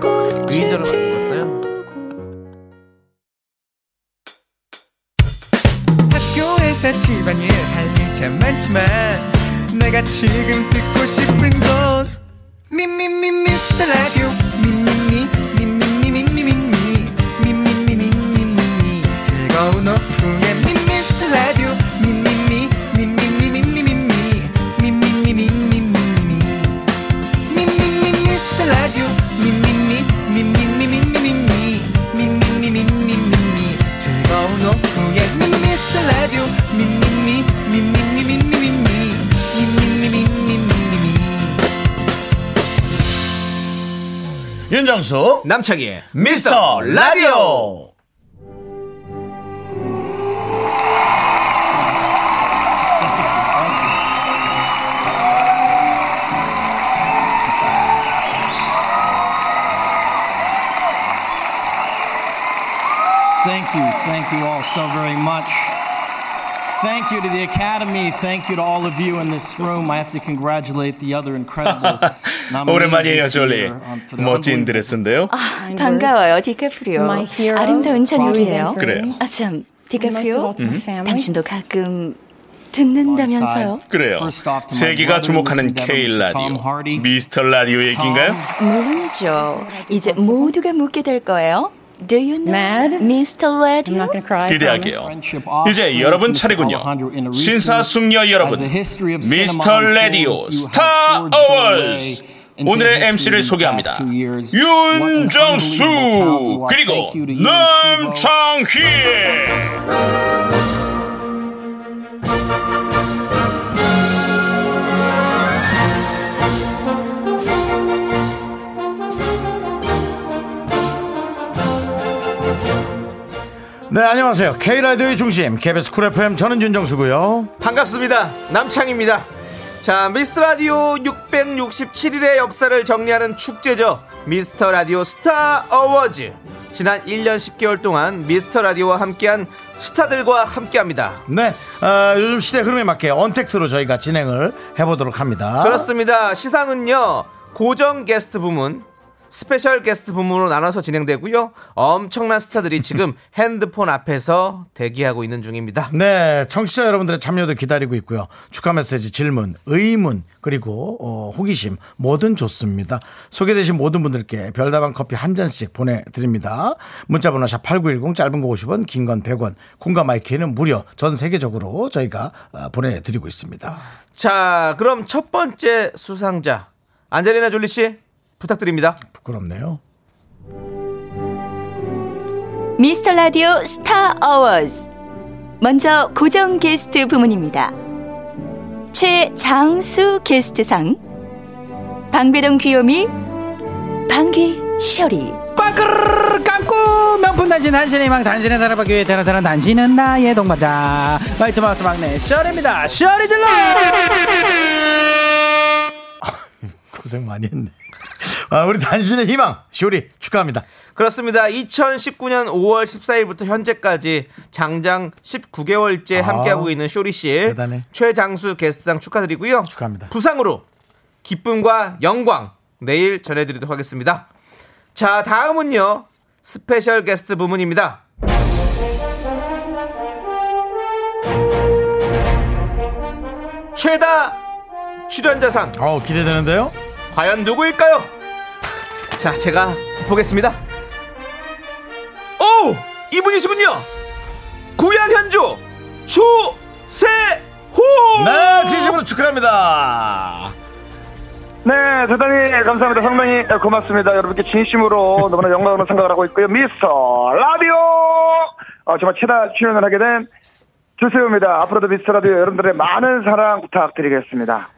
그 위인전을 읽었어요. 학교 회사 집안일 할 일 참 많지만 내가 지금 듣고 싶은 건 미미미 미스터 라디오 미미미 미미미 미미미 미미미 미미미 즐거운 오후에 미스터 라디오 미미미 미미미 미미미 미미미 미미미 윤정수 남창희의 미스터 라디오 Thank you. Thank you all so very much. Thank you to the Academy. Thank you to all of you in this room. I have to congratulate the other incredible nominees 오랜만이에요 this 졸리 year on- for their 멋진 unbelievable 드레스인데요 반가워요, 디카프리오. To my hero, 아름다운 저녁이에요. Barbie's and 그래요. 아, 참, Most of 디카프리오. all to my family. 당신도 가끔 듣는다면서요? 그래요 First off to my 세계가 brothers 주목하는 and K Tom 라디오 Hardy. 미스터 라디오 얘기인가요? 물론이죠. 이제 모두가 묻게 될 거예요. Do you know Mad? Mr. I'm Radio? not gonna cry. I 기대할게요. promise. 아, 이제 여러분 차례군요. 신사숙녀 여러분, 미스터 라디오 스타 어워즈 오늘의 MC를 소개합니다. 윤정수 그리고 남창 남창희 네, 안녕하세요. K라디오의 중심, KBS 쿨 FM, 저는 윤정수고요 반갑습니다. 남창입니다. 자, 미스터 라디오 667일의 역사를 정리하는 축제죠. 미스터 라디오 스타 어워즈. 지난 1년 10개월 동안 미스터 라디오와 함께한 스타들과 함께합니다. 네, 어, 요즘 시대 흐름에 맞게 언택트로 저희가 진행을 해보도록 합니다. 그렇습니다. 시상은요. 고정 게스트 부문, 스페셜 게스트 부문으로 나눠서 진행되고요. 엄청난 스타들이 지금 핸드폰 앞에서 대기하고 있는 중입니다. 네, 청취자 여러분들의 참여도 기다리고 있고요. 축하 메시지, 질문, 의문, 그리고 어, 호기심 뭐든 좋습니다. 소개되신 모든 분들께 별다방 커피 한 잔씩 보내드립니다. 문자번호 샵8910 짧은 거 50원, 긴 건 100원, 콩과 마이키는 무료 전 세계적으로 저희가 어, 보내드리고 아. 있습니다. 자, 그럼 첫 번째 수상자 안젤리나 졸리 씨 부탁드립니다. 부끄럽네요. 미스터 라디오 스타 어워즈. 먼저 고정 게스트 부문입니다. 최장수 게스트상. 방배동 귀요미 방귀 시어리. 빠끄르르 깜꾸 명품 단신 단신의 망 단신의 사랑받기 위해 태어난 단신은 나의 동반자 화이트마우스 막내 셔리입니다 셔리 질러 고생 많이 했네. 아, 우리 단신의 희망, 쇼리 축하합니다. 그렇습니다. 2019년 5월 14일부터 현재까지 장장 19개월째 아, 함께하고 있는 쇼리 씨 대단해. 최장수 게스트상 축하드리고요. 축하합니다. 부상으로 기쁨과 영광 내일 전해드리도록 하겠습니다. 자, 다음은요 스페셜 게스트 부문입니다. 최다 출연자상 어, 기대되는데요? 과연 누구일까요? 자, 제가 보겠습니다. 오! 이분이시군요! 구양현주 조세호! 아, 네, 진심으로 축하합니다. 네, 대단히 감사합니다. 상당히 고맙습니다. 여러분께 진심으로 너무나 영광으로 생각을 하고 있고요. 미스터 라디오! 어, 정말 최다 출연을 하게 된 주세호입니다. 앞으로도 미스터 라디오 여러분들의 많은 사랑 부탁드리겠습니다.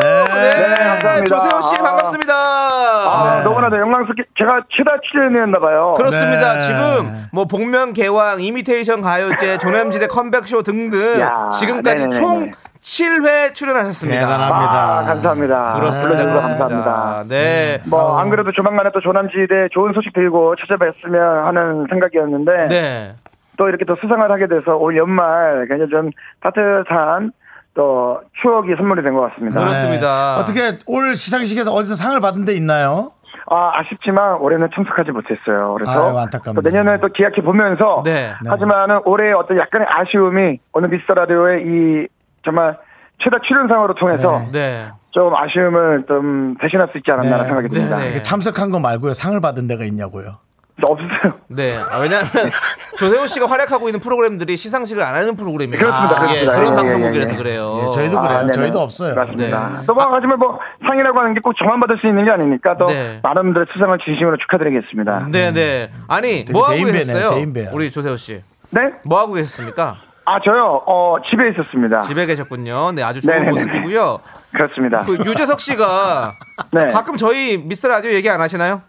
네, 감사합니다. 조세호씨 아. 반갑습니다. 아, 너무나도 영광스럽게 제가 최다 출연이었나봐요. 네. 그렇습니다. 네. 지금 뭐 복면 개왕, 이미테이션 가요제, 조남지대 컴백쇼 등등 야, 지금까지 네네네네. 총 7회 출연하셨습니다. 대단합니다. 아, 감사합니다. 그렇습니다. 네, 그렇습니다. 감사합니다. 네. 뭐, 안 그래도 조만간에 또 조남지대 좋은 소식 들고 찾아뵀으면 하는 생각이었는데. 네. 또 이렇게 또 수상을 하게 돼서 올 연말 굉장히 좀 따뜻한 또 네. 추억이 선물이 된 것 같습니다. 네. 그렇습니다. 어떻게 올 시상식에서 어디서 상을 받은 데 있나요? 아, 아쉽지만 올해는 참석하지 못했어요. 그래서 아유, 안타깝네요. 또 내년에 또 기약해 보면서 네. 하지만은 올해 어떤 약간의 아쉬움이 오늘 미스터 라디오의 이 정말 최다 출연상으로 통해서 네. 좀 아쉬움을 좀 대신할 수 있지 않았나라는 생각이 듭니다. 네, 네. 이게 참석한 거 말고요. 상을 받은 데가 있냐고요. 없어요. 네. 아, 왜냐하면 조세호 씨가 활약하고 있는 프로그램들이 시상식을 안 하는 프로그램이에요. 그렇습니다, 아, 예, 그렇습니다. 그런 예, 방송국이라서 예, 예. 그래요. 네. 예, 저희도 그래요. 저희도 없어요. 맞습니다. 또 뭐, 하지만 뭐 상이라고 하는 게 꼭 저만 받을 수 있는 게 아니니까 또 네. 많은 분들의 수상을 진심으로 축하드리겠습니다. 네, 네. 아니, 뭐 하고 대인배네, 계셨어요? 대인배야. 우리 조세호 씨. 네? 뭐 하고 계셨습니까? 아, 저요? 어, 집에 있었습니다. 집에 계셨군요. 네, 아주 좋은 네네네. 모습이고요. 그렇습니다. 그 유재석 씨가 네. 가끔 저희 미스터 라디오 얘기 안 하시나요?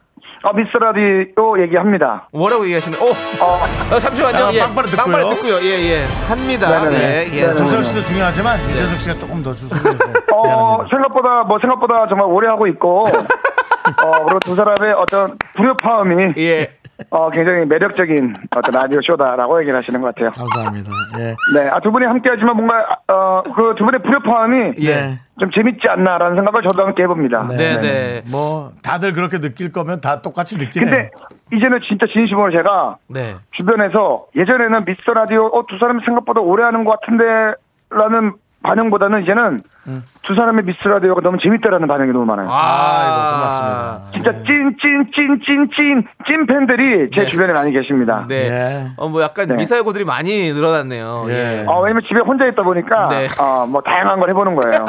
어, 미스 라디오 얘기합니다. 뭐라고 얘기하시는? 오, 어, 어, 잠시만요. 아, 예. 빵빠레 듣고요. 빵빠레 듣고요. 예, 예. 합니다. 네네네. 예, 예. 네네네. 조세호 씨도 중요하지만 유재석 씨가 조금 더 주소해서 어, 생각보다, 뭐, 생각보다 정말 오래 하고 있고, 어, 그리고 두 사람의 어떤 불협화음이, 예. 어, 굉장히 매력적인 어떤 라디오 쇼다라고 얘기를 하시는 것 같아요. 감사합니다. 예. 네, 아, 두 분이 함께 하지만 뭔가, 어, 그 두 분의 불협화음이 예. 좀 재밌지 않나라는 생각을 저도 함께 해봅니다. 네, 네. 뭐 다들 그렇게 느낄 거면 다 똑같이 느끼네. 근데 이제는 진짜 진심으로 제가 네. 주변에서 예전에는 미스터 라디오 어, 두 사람이 생각보다 오래 하는 것 같은데 라는 반응보다는 이제는 음. 두 사람의 미스터 라디오가 너무 재밌다라는 반응이 너무 많아요. 아이고 고맙습니다. 네. 진짜 찐, 찐, 찐, 찐, 찐, 찐 팬들이 제 네. 주변에 많이 계십니다. 네. 예. 어, 뭐 약간 네. 미사여고들이 많이 늘어났네요. 예. 예. 어, 왜냐면 집에 혼자 있다 보니까, 네. 어, 뭐, 다양한 걸 해보는 거예요.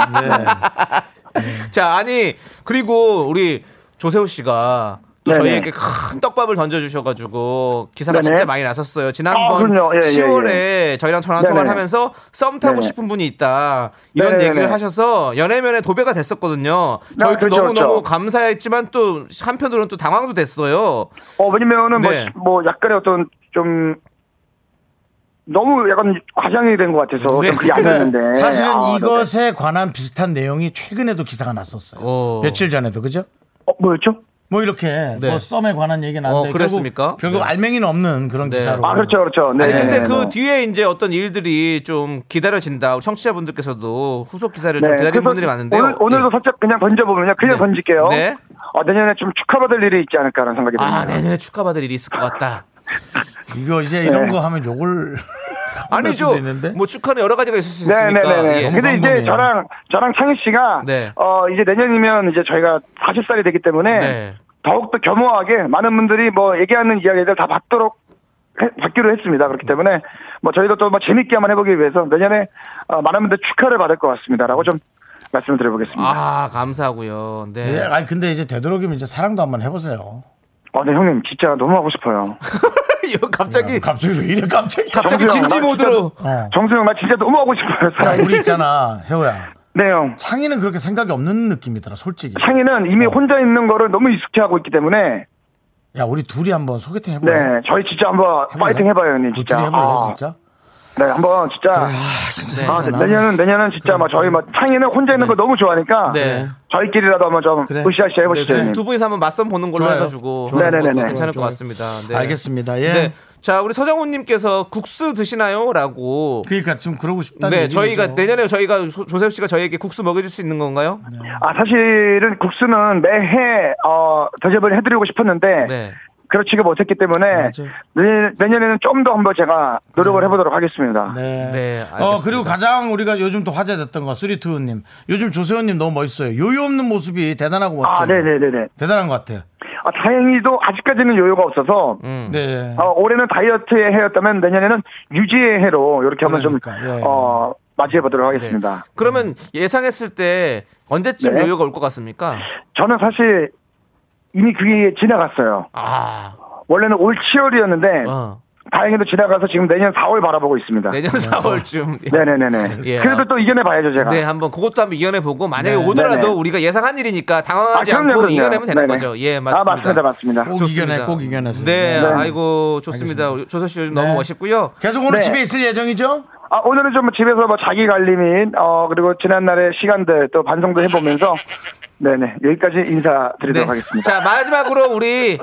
자, 아니 그리고 우리 조세호 씨가 또 네네. 저희에게 큰 떡밥을 던져주셔가지고 기사가 네네. 진짜 많이 났었어요. 아, 지난번 그럼요. 예, 예, 10월에 저희랑 전화 통화를 네네. 하면서 썸 타고 네네. 싶은 분이 있다 이런 네네네. 얘기를 하셔서 연예면에 도배가 됐었거든요. 저희도 그렇죠, 너무 너무 그렇죠. 감사했지만 또 한편으로는 또 당황도 됐어요. 어, 왜냐면은 네. 뭐, 뭐, 약간의 어떤 좀, 너무 약간 과장이 된 것 같아서 네. 뭐 좀 그게 안 됐는데. 사실은 아, 이것에 관한 비슷한 내용이 최근에도 기사가 났었어요. 오. 며칠 전에도 그죠? 어, 뭐였죠? 뭐 이렇게 네. 뭐 썸에 관한 얘기는 어, 나왔는데 그랬습니까? 결국, 결국 네. 알맹이는 없는 그런 네. 기사로. 아, 그렇죠, 그렇죠. 네. 아니 근데 네, 그 뭐. 뒤에 이제 어떤 일들이 좀 기다려진다. 우리 청취자분들께서도 후속 기사를 좀 네, 기다리는 그래서 분들이 많은데요. 오늘, 오늘도 예. 살짝 그냥 던져보면요. 그냥 네. 던질게요. 네. 어, 내년에 좀 축하받을 일이 있지 않을까라는 생각이 듭니다. 아 내년에 축하받을 일이 있을 것 같다. 이거 이제 이런 거 하면 욕을 혼날 수도 네. 아니죠. 있는데. 뭐 축하는 여러 가지가 있을 수 있으니까. 네네네네. 예. 근데 이제 방법이에요. 저랑 저랑 창희 씨가 네. 어 이제 내년이면 이제 저희가 40살이 되기 때문에 네. 더욱더 겸허하게 많은 분들이 뭐 얘기하는 이야기들 다 받도록 해- 받기로 했습니다. 그렇기 때문에 뭐 저희도 또 뭐 재밌게 한번 해보기 위해서 내년에 어, 많은 분들 축하를 받을 것 같습니다라고 좀 말씀을 드려보겠습니다. 아 감사하고요. 네. 예, 아니 근데 이제 되도록이면 이제 사랑도 한번 해보세요. 어, 네 형님 진짜 너무 하고 싶어요. 이거 갑자기 갑자기 왜 이래 갑자기? 갑자기 정수영, 진지 나 모드로. 어. 정수영 나 진짜 너무 하고 싶어요. 야, 사랑이. 우리 있잖아, 세호야. 네 형. 창의는 그렇게 생각이 없는 느낌이더라, 솔직히. 어. 창희는 이미 혼자 있는 거를 너무 익숙해하고 있기 때문에 야, 우리 둘이 한번 소개팅 해볼래? 네 저희 진짜 한번 해볼래? 파이팅 해봐요 형님 우리 진짜. 둘이 해볼래, 아. 진짜? 네, 한번 진짜. 네. 아, 내년은 내년은 진짜 막 저희 막 창의는 혼자 있는 거 너무 좋아하니까 네. 저희끼리라도 한번 좀 그래. 으쌰으쌰 해보시죠. 네, 형님. 두 분이서 한번 맞선 보는 걸로 좋아요. 해가지고 좋아요. 하는 것도 네네네네. 괜찮을 것 좋아요. 같습니다. 네. 알겠습니다, 예. 네. 자 우리 서정훈님께서 국수 드시나요?라고. 그러니까 좀 그러고 싶다는 네 얘기죠. 저희가 내년에 저희가 조- 조세호 씨가 저희에게 국수 먹여줄 수 있는 건가요? 아, 사실은 국수는 매해 어 대접을 해드리고 싶었는데 네. 그렇지가 못했기 때문에 맞아요. 내년, 내년에는 좀 더 한번 제가 노력을 해보도록 하겠습니다. 네. 네, 어 알겠습니다. 그리고 가장 우리가 요즘 또 화제됐던 거 쓰리투우님 요즘 조세호님 너무 멋있어요 요요 없는 모습이 대단하고 멋져요 아, 네, 네, 네, 네. 대단한 것 같아요 아, 다행히도 아직까지는 여유가 없어서 음. 네 어, 올해는 다이어트의 해였다면 내년에는 유지의 해로 이렇게 한번 그러니까, 예. 좀 어, 맞이해 보도록 하겠습니다. 네. 그러면 예상했을 때 언제쯤 네. 여유가 올 것 같습니까? 저는 사실 이미 그게 지나갔어요. 아, 원래는 올 7월이었는데 어. 다행히도 지나가서 지금 내년 4월 바라보고 있습니다. 내년 4월쯤. 네네네네. 예. 그래도 또 이겨내 봐야죠 제가. 네, 한번 그것도 한번 이겨내 보고 만약에 오더라도 네네. 우리가 예상한 일이니까 당황하지 아, 그럼요, 않고 그럼요. 이겨내면 되는 네네. 거죠. 예, 아 맞습니다. 맞습니다, 맞습니다. 꼭 좋습니다. 이겨내 꼭 이겨내서 네, 네. 아이고 좋습니다. 우리 조서 씨 요즘 너무 네. 멋있고요. 계속 오늘 네. 집에 있을 예정이죠 아 오늘은 좀 집에서 뭐 자기 관리 및어 그리고 지난날의 시간들 또 반성도 해보면서 네네 여기까지 네. 인사드리도록 하겠습니다. 자, 마지막으로 우리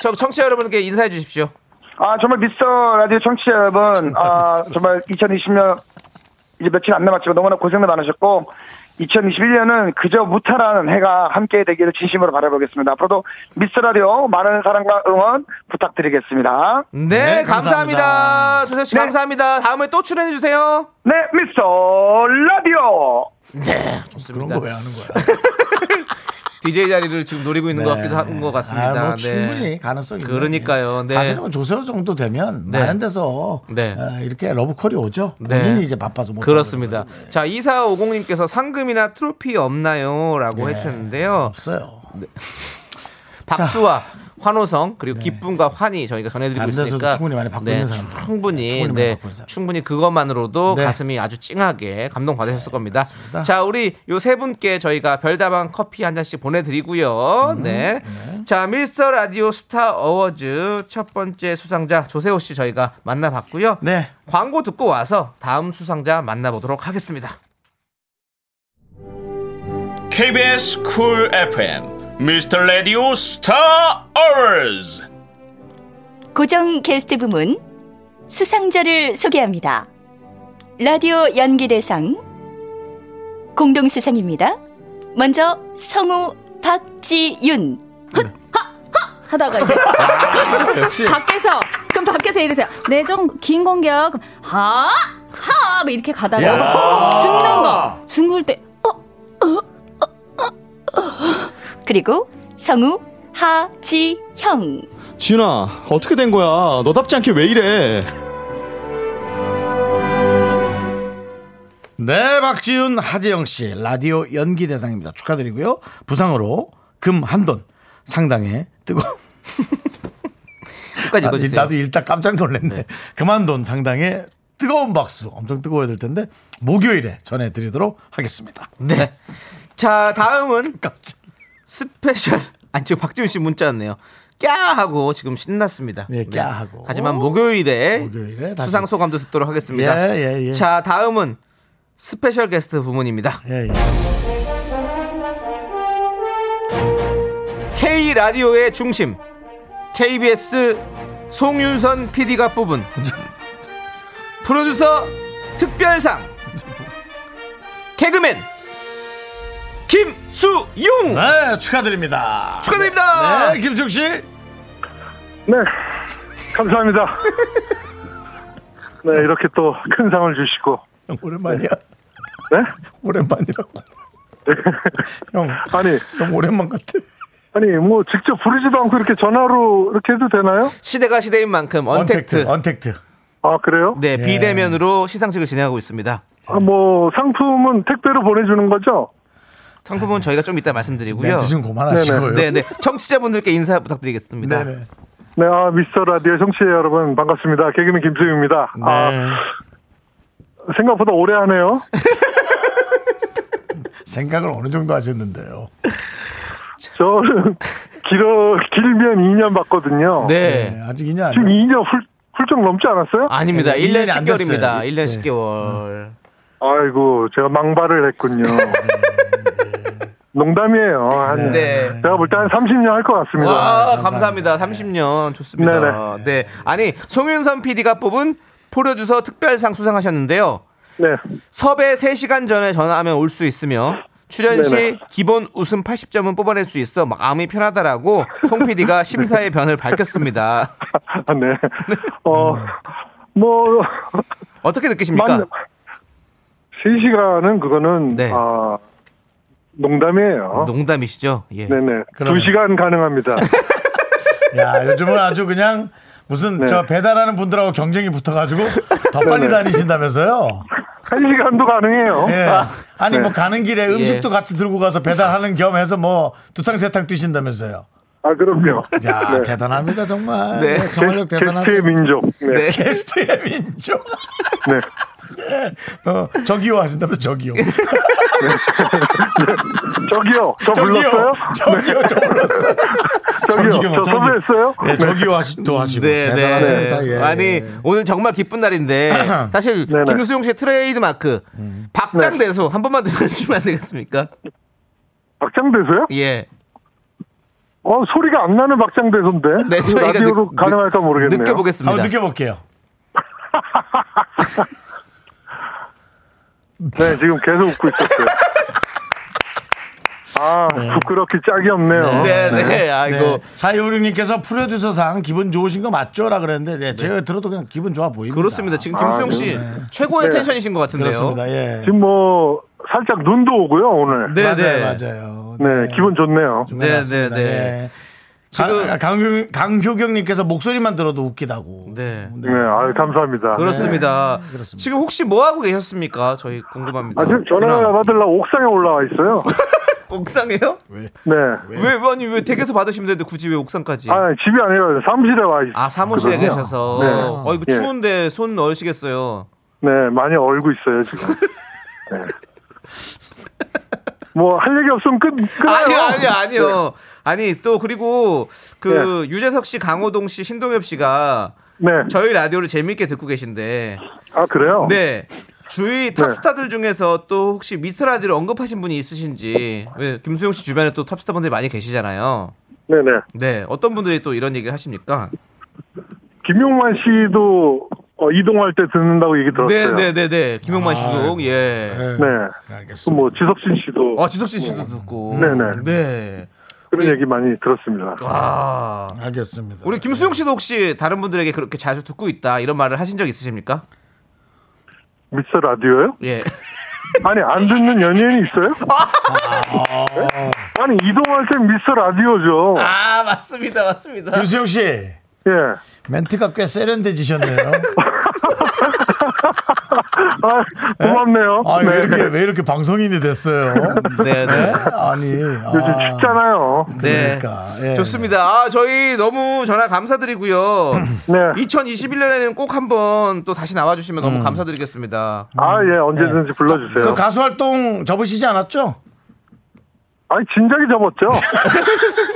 청- 청취자 여러분께 인사해 주십시오. 아 정말 미스터 라디오 청취자 여러분, 아 정말 2020년 이제 며칠 안 남았지만 너무나 고생도 많으셨고 2021년은 그저 무탈한 해가 함께 되기를 진심으로 바라보겠습니다. 앞으로도 미스라디오 많은 사랑과 응원 부탁드리겠습니다. 네, 감사합니다. 조세호 씨 감사합니다. 다음에 또 출연해 주세요. 네, 미스터 라디오. 네, 좋습니다. 그런 거 왜 하는 거야? DJ 자리를 지금 노리고 있는 것 같기도 한 것 같습니다. 네. 아, 뭐 네. 충분히 가능성이 있는 그러니까요. 네. 사실은 조세호 정도 되면 네. 많은 데서 네. 어, 이렇게 러브콜이 오죠. 네. 본인이 이제 바빠서 못 그렇습니다. 자, 2450님께서 상금이나 트로피 없나요? 라고 해주셨는데요. 네. 네. 없어요. 박수와 환호성 그리고 기쁨과 환희 저희가 전해드리고 다른 데서도 있으니까 네. 충분히 많이 받고 네, 있는 사람들. 충분히 충분히 많이 네, 받고 있는 사람. 충분히 그것만으로도 네. 가슴이 아주 찡하게 감동 받으셨을 겁니다. 자 우리 요 세 분께 저희가 별다방 커피 한 잔씩 보내드리고요. 네. 자 밀스터 라디오 스타 어워즈 첫 번째 수상자 조세호 씨 저희가 만나봤고요. 네. 광고 듣고 와서 다음 수상자 만나보도록 하겠습니다. KBS 쿨 FM 미스터 라디오 스타 어워즈 고정 게스트 부문 수상자를 소개합니다. 라디오 연기 대상 공동 수상입니다. 먼저 성우 박지윤 하다가 이제 역시. 밖에서 그럼 밖에서 이러세요. 내정 긴 공격 하하 뭐 이렇게 가다가 야. 죽는 거 죽을 때 그리고 성우 하지형 지윤아 어떻게 된 거야 너답지 않게 왜 이래 네, 박지훈, 하재영 씨 라디오 연기 대상입니다. 축하드리고요. 부상으로 금 한 돈 상당의 뜨거운 끝까지 읽어주세요. 아, 나도 일단 깜짝 놀랐네. 그만 돈 상당의 뜨거운 박수 엄청 뜨거워야 될 텐데 목요일에 전해드리도록 하겠습니다. 네. 자, 다음은 스페셜. 아니, 지금 박지훈 씨 문자 왔네요. 까 하고 지금 신났습니다. 네, 까 하고. 하지만 목요일에, 다시. 수상 소감도 듣도록 하겠습니다. 예, 예, 예. 자, 다음은 스페셜 게스트 부문입니다. K 라디오의 중심 KBS 송윤선 PD가 뽑은 프로듀서 특별상 개그맨 김수용 네 축하드립니다 축하드립니다 네, 김수용 씨 네, 감사합니다. 네, 이렇게 또 큰 상을 주시고. 오랜만이야. 네? 오랜만이라고. 형. 아니. 형 오랜만 같아. 아니, 뭐, 직접 부르지도 않고 이렇게 전화로 이렇게 해도 되나요? 시대가 시대인 만큼 언택트 언택트 아, 그래요? 네 비대면으로 시상식을 진행하고 있습니다 아, 뭐, 상품은 택배로 보내주는 거죠? 상품은 저희가 좀 이따 말씀드리고요 멘트 좀 그만하시고요. 네네. 네네. 청취자분들께 인사 부탁드리겠습니다 네, 아, 미스터 라디오 청취자 여러분, 반갑습니다. 개그맨 김수입니다. 네. 아, 생각보다 오래 하네요. 생각을 어느 정도 하셨는데요. 저는 길어, 길면 2년 받거든요. 네. 아직 2년 안 됐어요. 지금 네, 2년 훌, 쩍 넘지 않았어요? 네. 아닙니다. 일 1년 10개월입니다. 일 1년 10개월. 아이고, 제가 망발을 했군요. 네, 농담이에요. 한, 네. 제가 볼 때 한 30년 할 것 같습니다. 네, 네. 와, 감사합니다. 30년 좋습니다. 네네. 네. 아니, 송윤선 PD가 뽑은 프로듀서 특별상 수상하셨는데요. 네. 섭외 3시간 전에 전화하면 올 수 있으며 출연 시 네네. 기본 웃음 80점은 뽑아낼 수 있어 마음이 편하다라고 송 PD가 심사의 변을 밝혔습니다. 네. 어, 뭐 어떻게 느끼십니까? 만- 세 시간은 그거는 아, 농담이에요. 네. 농담이시죠? 예. 네네. 그러면. 두 시간 가능합니다. 야, 요즘은 아주 그냥 무슨 네. 저 배달하는 분들하고 경쟁이 붙어가지고 더 빨리 네네. 다니신다면서요? 한 시간도 가능해요. 예. 아, 아니 네. 뭐 가는 길에 예. 음식도 같이 들고 가서 배달하는 겸 해서 뭐 두탕 세탕 뛰신다면서요? 아 그럼요. 야 네. 대단합니다 정말. 네. 네, 성화력 게- 대단하세요. 게스트의 민족. 네. 네. 게스트의 민족. 네. 어, 저기요 하신다면 저기요. 저기요. 저 불렀어요? 저기요, 저 불렀어요. 저기요, 저기요. 저 섭외했어요? 예, 저기요 하시도 하시고. 네, 대단하십니다. 네. 예. 아니 오늘 정말 기쁜 날인데 사실 네, 김수용 씨의 트레이드 마크 음. 박장대소 한 번만 들어주시면 안 되겠습니까? 박장대소요? 예. 어 소리가 안 나는 박장대소인데. 네, 그 저희가 라디오로 느- 가능할까 느- 모르겠네요. 느껴보겠습니다. 한번 느껴볼게요. 네 지금 계속 웃고 있었어요. 아, 부끄럽기 짝이 없네요. 사유림님께서 프로듀서상 기분 좋으신 거 맞죠?라 그랬는데 네, 제가 들어도 그냥 기분 좋아 보입니다. 네. 그렇습니다. 지금 아, 김수영 씨 네. 최고의 텐션이신 것 같은데요. 그렇습니다. 예. 네. 지금 뭐 살짝 눈도 오고요 오늘. 네, 맞아요, 네. 맞아요. 네, 기분 좋네요. 맞습니다. 예. 강, 강효, 강효경님께서 목소리만 들어도 웃기다고. 네. 네, 아유, 감사합니다. 그렇습니다. 음, 지금 혹시 뭐 하고 계셨습니까? 저희 궁금합니다. 아, 지금 전화 받으려고 옥상에 올라와 있어요. 옥상에요? 네. 왜 아니 왜 댁에서 받으시면 되는데 굳이 왜 옥상까지? 아, 집이 아니라 사무실에 와 있어요. 네. 아, 사무실에 계셔서. 네. 어 이거 예. 추운데 손 넣으시겠어요. 네, 많이 얼고 있어요, 지금. 네. 뭐, 할 얘기 없으면 끝, 끝나요. 아니요, 아니요, 아니요. 아니 또 그리고 그 네. 유재석 씨, 강호동 씨, 신동엽 씨가 저희 라디오를 재밌게 듣고 계신데. 아, 그래요? 네. 주위 탑스타들 중에서 또 혹시 미스 라디오를 언급하신 분이 있으신지. 왜 김수영 씨 주변에 또 탑스타 분들이 많이 계시잖아요. 네네. 네. 어떤 분들이 또 이런 얘기를 하십니까? 김용만 씨도 어, 이동할 때 듣는다고 얘기 들었어요. 네, 네, 네, 네. 아, 김용만 씨도 예. 그렇죠. 네. 또 뭐, 지석진 씨도. 뭐. 아, 지석진 씨도 듣고. 네네. 네. 그런 얘기 많이 들었습니다. 아. 알겠습니다. 우리 김수영 씨도 혹시 다른 분들에게 그렇게 자주 듣고 있다 이런 말을 하신 적 있으십니까? 미스터 라디오요? 예. 아니, 안 듣는 연예인이 있어요? 네? 아니, 이동할 때 미스터 라디오죠. 아 맞습니다 맞습니다. 어. 김수영 씨. 네. 예. 멘트가 꽤 세련돼지셨네요. 아, 고맙네요. 아, 왜 네. 이렇게 왜 이렇게 방송인이 됐어요? 네, 네. 아니. 요즘 춥잖아요. 네. 예. 좋습니다. 아, 저희 너무 전화 감사드리고요. 네. 2021년에는 꼭 한번 또 다시 나와주시면 너무 감사드리겠습니다. 아, 예, 언제든지 불러주세요. 음. 그 가수 활동 접으시지 않았죠? 아니, 진작에 접었죠.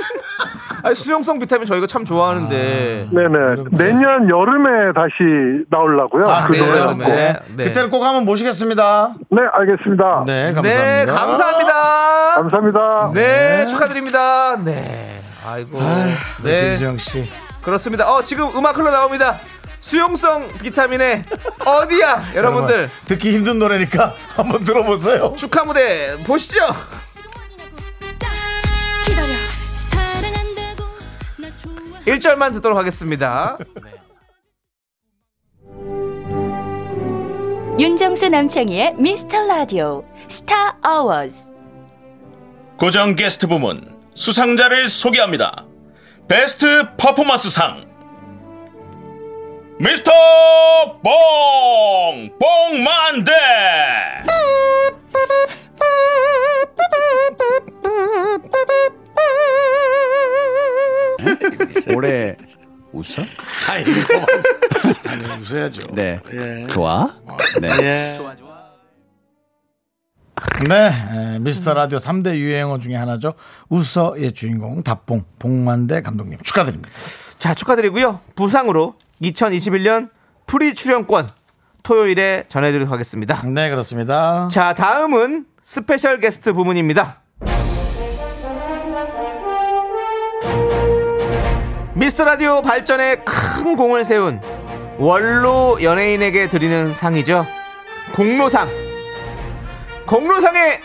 아니, 수용성 비타민 저희가 참 좋아하는데. 네네. 내년 여름에 다시 나오려고요. 아, 아, 그 네, 노래 갖고. 네, 그때는 꼭 한번 모시겠습니다. 네, 알겠습니다. 네, 감사합니다. 네, 감사합니다. 감사합니다. 네, 축하드립니다. 네. 아이고. 네. 김수영 씨. 그렇습니다. 어, 지금 음악 흘러나옵니다. 수용성 비타민의 어디야, 여러분들. 듣기 힘든 노래니까 한번 들어보세요. 축하 무대 보시죠. 기다려 1절만 듣도록 하겠습니다. 윤정수 남창희의 미스터 라디오 스타 어워즈 고정 게스트 부문 수상자를 소개합니다. 베스트 퍼포먼스 상 미스터 봉 봉만대 네? 올해 웃어? 아이고. 아니, 웃어야죠. 뭐. 네. 예. 좋아? 네. 예. 네, 에, 미스터 라디오 3대 유행어 중에 하나죠. 웃어의 주인공 답봉 봉만대 감독님 축하드립니다. 자, 축하드리고요. 부상으로 2021년 프리 출연권 토요일에 전해드리도록 하겠습니다. 네, 그렇습니다. 자, 다음은 스페셜 게스트 부문입니다. 미스터 라디오 발전에 큰 공을 세운 원로 연예인에게 드리는 상이죠. 공로상. 공로상의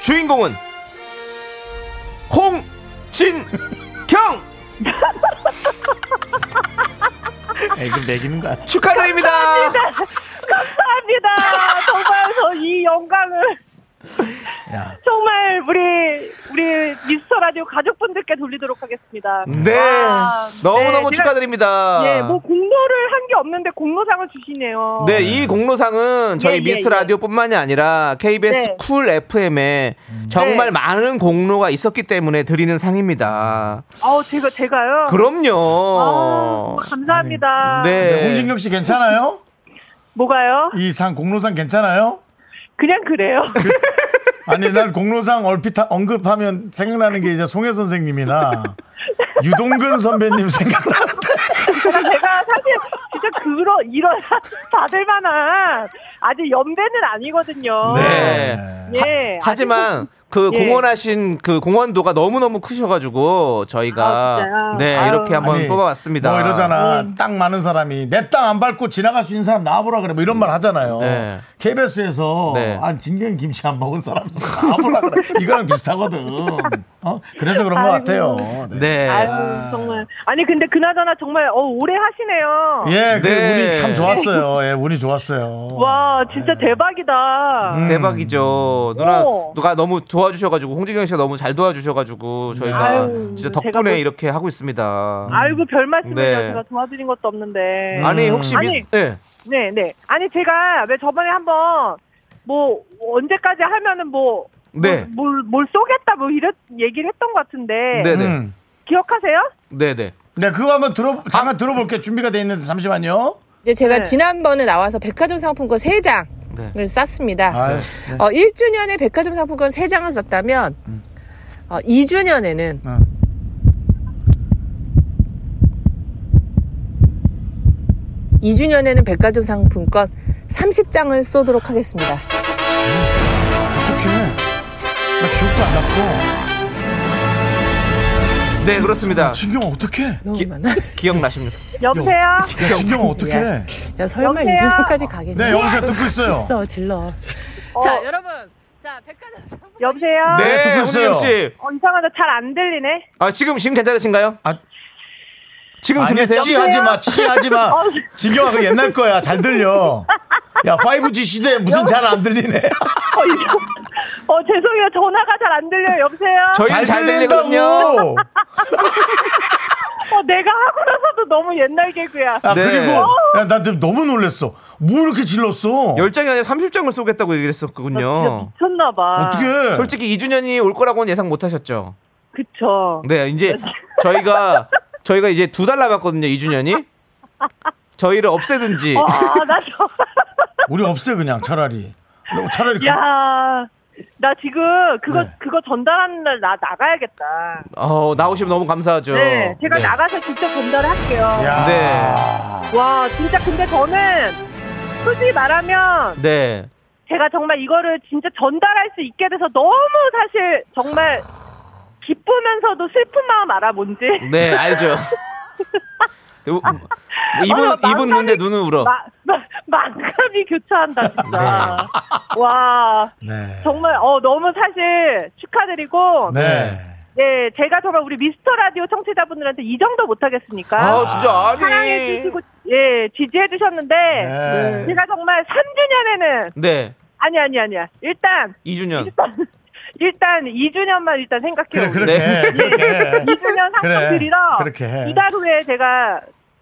주인공은 홍진경 아, 애금 매기는 거야. 축하드립니다. 감사합니다. 정말 저 이 영광을 정말 우리 우리 미스터 라디오 가족분들께 돌리도록 하겠습니다. 네. 와, 너무너무 네, 축하드립니다. 네, 뭐 공로를 한 게 없는데 공로상을 주시네요. 네, 이 공로상은 저희 예, 미스터 예, 예. 라디오뿐만이 아니라 KBS 네. 음. 쿨 FM에 정말 많은 공로가 있었기 때문에 드리는 상입니다. 아우 제가 제가요. 그럼요. 아, 감사합니다. 네. 홍진경 씨 괜찮아요? 뭐가요? 이 상 공로상 괜찮아요? 그냥 그래요. 아니 난 공로상 얼핏 하- 언급하면 생각나는 게 이제 송혜 선생님이나 유동근 선배님 생각나. 제가, 제가 사실 진짜 그런 이런 받을 만한 어. 아직 연배는 아니거든요. 네. 예. 하지만 그 예. 공헌하신 그 공헌도가 너무너무 크셔가지고 아, 저희가 진짜요? 네 아유. 이렇게 한번 아니, 뽑아봤습니다. 뭐 이러잖아. 음. 땅 많은 사람이 내 땅 안 밟고 지나갈 수 있는 사람 나와보라 그래. 뭐 이런 말 어. 하잖아요. 네. KBS에서 네. 안 진경 김치 안 먹은 사람 있으면 나와보라 그래. 이거랑 비슷하거든. 어? 그래서 그런 것 아이고. 같아요. 네. 아유 정말 아니 근데 그나저나 정말 어 오래 하시네요. 예, 그 운이 참 좋았어요. 네. 예, 운이 좋았어요. 와 진짜 대박이다. 대박이죠. 누나 오. 누가 너무 도와주셔가지고 홍진경 씨가 너무 잘 도와주셔가지고 저희가 네. 아유, 진짜 제가 또- 덕분에 이렇게 하고 있습니다. 아이고 별 말씀을요. 음. 네. 제가 도와드린 것도 없는데. 아니 혹시 아니, 미 네. 네, 네. 아니 제가 왜 저번에 한번 뭐 언제까지 하면은 뭐 네. 뭘, 뭘 쏘겠다 뭐 이런 얘기를 했던 것 같은데 네, 네. 음. 기억하세요? 네네. 아. 네, 그거 한번 들어 잠깐 들어볼게. 요 준비가 돼 있는데 잠시만요. 이제 제가 네. 지난번에 나와서 백화점 상품권 3장을 쌌습니다. 아유, 어, 1주년에 백화점 상품권 3장을 쌌다면 어, 2주년에는 음. 어. 이 2주년에는 백화점 상품권 30장을 쏘도록 하겠습니다. 어떡해. 나 기억도 안 났어. 네 그렇습니다. 진경 어떻게? 기, 기억나십니까? 여보세요? 야, 진경 어떻게? 야, 야, 설마 여보세요? 2주년까지 가겠니? 네, 여보세요. 듣고 있어요. 있어, 질러. 자, 여러분. 자, 백화점 상품권. 여보세요? 네, 듣고 있어요. 홍진영 씨. 어, 이상하다. 잘 안 들리네. 아 지금 지금 괜찮으신가요? 아 지금 아니, 들리세요? 치하지 마, 치하지 마. 어. 진경아, 그 옛날 거야. 잘 들려. 야, 5G 시대에 무슨 잘 안 들리네. 어, 이거- 어, 죄송해요. 전화가 잘 안 들려요. 여보세요? 저희는 잘 잘 들린다고. 들리거든요. 어, 내가 하고 나서도 너무 옛날 개그야. 어, 아, 그리고, 야, 나 지금 너무 놀랬어. 뭐 이렇게 질렀어? 10장이 아니라 30장을 쏘겠다고 얘기를 했었군요. 아, 미쳤나봐. 솔직히 2주년이 올 거라고는 예상 못 하셨죠? 그쵸. 네, 이제 저희가 저희가 이제 두 달 남았거든요, 2주년이. 저희를 없애든지. 어, 아, 나 저- 우리 없애, 그냥 차라리. 너 차라리. 그- 네. 야, 나 지금 그거 그거 전달하는 날 나 나가야겠다. 어, 나오시면 너무 감사하죠. 네, 제가 네. 나가서 직접 전달을 할게요. 네. 와, 진짜 근데 저는 솔직히 말하면 네. 제가 정말 이거를 진짜 전달할 수 있게 돼서 너무 사실 정말 기쁘면서도 슬픈 마음 알아 뭔지. 네, 알죠. 네, 우- 이분 어, 이분 눈데 눈은 울어. 마, 마, 만감이 교차한다 진짜. 네. 와. 네. 정말 어 너무 사실 축하드리고. 네. 예, 제가 정말 우리 미스터 라디오 청취자분들한테 이 정도 못하겠습니까? 아, 진짜 아니. 사랑해 주시고 예 지지해 주셨는데 네. 제가 정말 3주년에는 네. 아니 아니 아니야 일단 2주년. 일단 2주년만 일단 그래, 생각해요. 그렇게 네. 해, 그렇게 해. 2주년 상품 그래, 드리러 그렇게 해. 이달 후에 제가